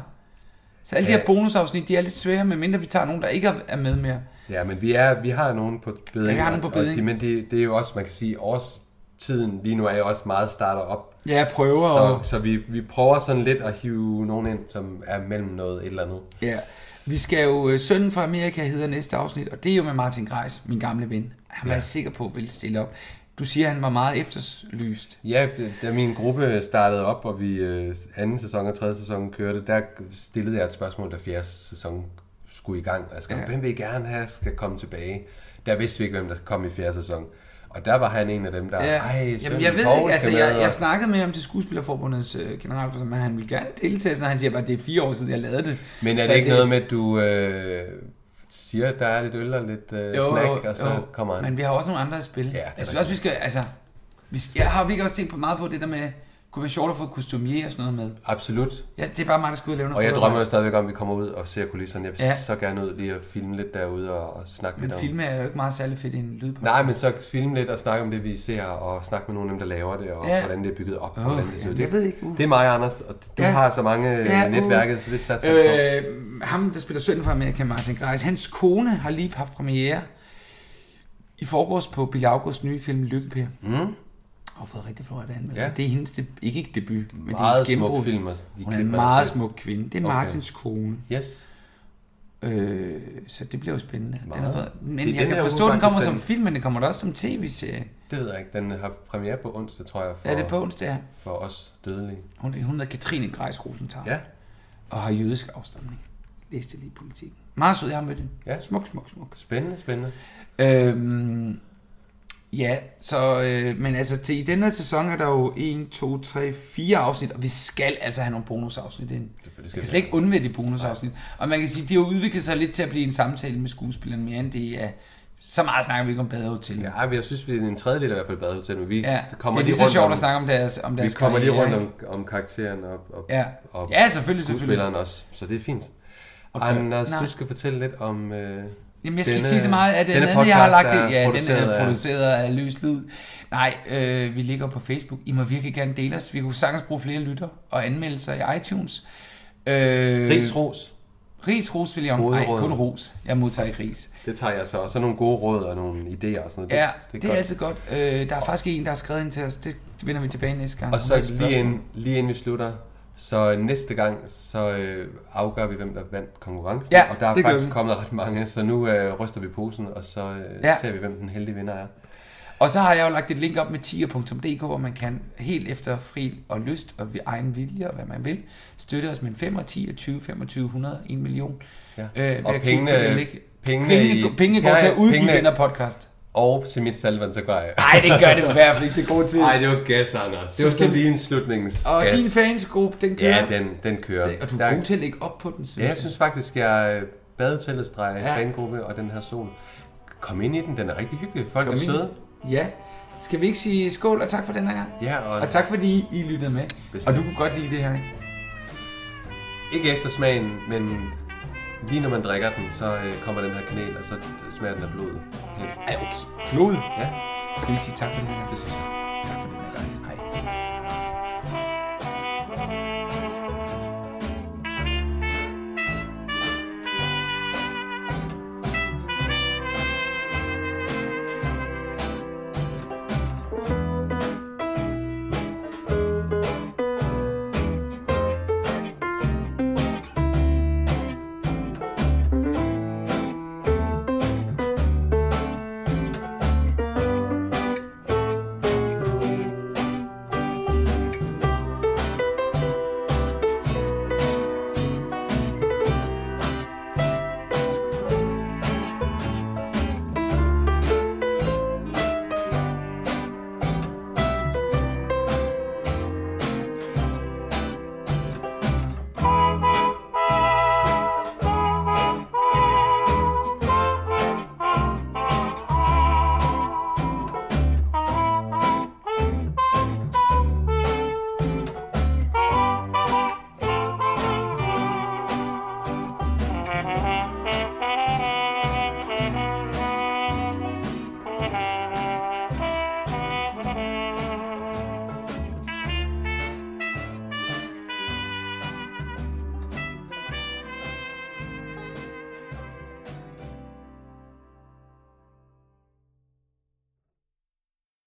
S1: Så alle ja. de
S2: Ja.
S1: her bonusafsnit, de er lidt svære, medmindre vi tager nogen, der ikke er med mere.
S2: Ja, men vi, er, vi har nogen på beding.
S1: Ja, vi har nogen på
S2: og-
S1: beding.
S2: Og de, men det, det er jo også, man kan sige, årstiden lige nu er jo også meget starter op.
S1: Ja, prøver og-
S2: Så, så vi, vi prøver sådan lidt at hive nogen ind, som er mellem noget et eller andet.
S1: Ja. Vi skal jo, øh, Sønnen fra Amerika hedder næste afsnit, og det er jo med Martin Greis, min gamle ven. Han var
S2: Ja.
S1: jeg sikker på, ville stille op. Du siger, at han var meget efterlyst.
S2: Ja, da min gruppe startede op, og vi øh, anden sæson og tredje sæson kørte, der stillede jeg et spørgsmål, da fjerde sæson skulle i gang. Og jeg skrev,
S1: Ja.
S2: ja. hvem vil I gerne have, skal komme tilbage? Der vidste vi ikke, hvem der kom i fjerde sæson. Og der var han en af dem, der...
S1: Ja.
S2: Ja. Ej,
S1: Jamen, jeg ved ikke, altså, jeg, jeg snakkede med ham til Skuespillerforbundets øh, generalforsamling, men han ville gerne deltage, så han siger bare, at det er fire år siden, jeg lavede det.
S2: Men er
S1: Så
S2: det ikke det... noget med, at du øh, siger, at der er lidt øl og lidt øh, jo, snack, og så jo. kommer han?
S1: Men vi har også nogle andre at spille. Ja, jeg synes
S2: rigtigt.
S1: også, vi skal, altså, vi skal, jeg har vi ikke også tænkt på meget på det der med, kunne være sjovt at få kostumier og sådan noget med?
S2: Absolut.
S1: Ja, det er bare mig, der skal ud og lave noget
S2: Og jeg
S1: fodbold.
S2: drømmer jo stadigvæk om, at vi kommer ud og ser kulisserne. Jeg vil
S1: Ja.
S2: ja. så gerne ud lige at filme lidt derude og, og snakke
S1: Men
S2: lidt om...
S1: filme er jo ikke meget særlig fedt i en lydpodcast.
S2: Nej, men så filme lidt og snakke om det, vi ser, og snakke med nogle af dem, der laver det, og
S1: Ja.
S2: ja. hvordan det er bygget op,
S1: Åh,
S2: og hvordan det ser ud.
S1: jamen, jeg ved ikke, uh.
S2: Det er mig, Anders, og du ja. har så mange ja, uh. netværket, så det satser jeg på.
S1: øh, Ham, der spiller søn fra Amerika, Martin Greis, hans kone har lige haft premiere i forgårs på Billy Augusts nye film Lykkepær.
S2: Mm.
S1: Og fået rigtig flot anmeldelse. Ja.
S2: Ja.
S1: Det er hendes, deb- ikke, ikke debut, men det er
S2: Meget
S1: hendes
S2: smuk
S1: gennembrud.
S2: film, og de
S1: Hun er en
S2: klipper
S1: meget
S2: selv.
S1: smuk kvinde. Det er
S2: Okay.
S1: Martins kone.
S2: Yes.
S1: Øh, så det bliver jo spændende. Den har
S2: Meget.
S1: fået, men
S2: Det er
S1: jeg
S2: den
S1: kan
S2: her
S1: forstå,
S2: uge
S1: at den kommer
S2: faktisk,
S1: som
S2: den-
S1: film, men den kommer da også som tv-serie.
S2: Det ved jeg ikke. Den har premiere på onsdag, tror jeg. For,
S1: Er det på onsdag, ja?
S2: For os dødelige.
S1: Hun, hun hedder Katrine Greis Rosenthal.
S2: Ja.
S1: Og har jødisk afstamning. Læste lige i politikken. Meget sød, jeg har mødt hende.
S2: Ja.
S1: Smuk, smuk, smuk.
S2: Spændende, spændende.
S1: Øhm, ja, så, øh, men altså til i denne her sæson er der jo 1, 2, 3, 4 afsnit, og vi skal altså have nogle bonusafsnit ind. Man
S2: skal
S1: kan
S2: vi
S1: slet ikke undvære de bonusafsnit. Og man kan sige, de har udviklet sig lidt til at blive en samtale med skuespilleren mere end det er... Så meget snakker vi ikke om badehotel.
S2: Ja, men jeg synes, vi er en tredjedel i hvert fald badehotel, men vi
S1: Ja,
S2: kommer
S1: det er lige så
S2: rundt
S1: sjovt
S2: om,
S1: at snakke om deres- om deres
S2: Vi kommer lige
S1: karriere,
S2: rundt om, om karakteren og, og,
S1: Ja.
S2: og
S1: Ja, selvfølgelig,
S2: skuespilleren
S1: selvfølgelig.
S2: også, så det er fint.
S1: Okay.
S2: Okay. Anders,
S1: Nej.
S2: du skal fortælle lidt om... Øh,
S1: Jamen, jeg skal ikke sige så meget af den anden, jeg har lagt det. Ja, den er produceret af Løs Lyd. Nej, øh, vi ligger på Facebook. I må virkelig gerne dele os. Vi kunne sagtens bruge flere lytter og anmeldelser i iTunes. Øh,
S2: Ris, ros.
S1: Ris, ros vil jeg
S2: Gode
S1: Nej,
S2: råd.
S1: kun ros. Jeg modtager ikke ris.
S2: Det tager jeg så også. Og nogle gode råd og nogle idéer og sådan noget.
S1: Ja, det, det er altid godt. Øh, der er faktisk en, der har skrevet ind til os. Det vender vi tilbage næste gang.
S2: Og
S1: Hun har et
S2: så lige
S1: spørgsmål.
S2: inden, lige inden vi slutter, så næste gang, så øh, afgør vi, hvem der vandt konkurrencen.
S1: Ja,
S2: og der er
S1: det gør
S2: faktisk
S1: vi.
S2: kommet ret mange, så nu øh, ryster vi posen, og så øh,
S1: Ja.
S2: ja. ser vi, hvem den heldige vinder er.
S1: Og så har jeg jo lagt et link op med tier.dk, hvor man kan helt efter fri og lyst og ved egen vilje og hvad man vil, støtte os med en 5 og 10 og 20, 25, 100, 1 million. Øh,
S2: Ja.
S1: ved at
S2: og
S1: klikke
S2: pengene,
S1: på det link.
S2: pengene,
S1: pengene,
S2: i-
S1: pengene går
S2: Ja,
S1: til at udgive
S2: pengene-
S1: den her podcast.
S2: Og til mit salvand, så gør jeg.
S1: Ej, det gør det i hvert fald ikke. Det er god tid.
S2: Nej, det var gas, Anders.
S1: Så
S2: Det
S1: skal
S2: var sådan
S1: vi-
S2: lige en slutnings
S1: Og
S2: gas.
S1: din fansgruppe, den kører.
S2: Ja, den, den kører.
S1: Det- og du er god til at lægge op på den, synes
S2: Ja,
S1: jeg.
S2: jeg synes faktisk, jeg badehotellet streger
S1: Ja.
S2: ja. fangruppe og den her sol. Kom ind i den, den er rigtig hyggelig. Folk
S1: Kom
S2: er
S1: ind.
S2: søde.
S1: Ja. Skal vi ikke sige skål og tak for den her gang?
S2: Ja, og-
S1: og tak fordi I lyttede med.
S2: Bestemt.
S1: Og du kunne godt lide det her, ikke?
S2: Ikke efter smagen, men lige når man drikker den, så øh, kommer den her kanel, og så smager den af blod. Helt.
S1: Ej, okay. Blod?
S2: Ja.
S1: Skal vi ikke sige tak for den her gang?
S2: Det synes jeg.
S1: Tak for den her gang. Hej.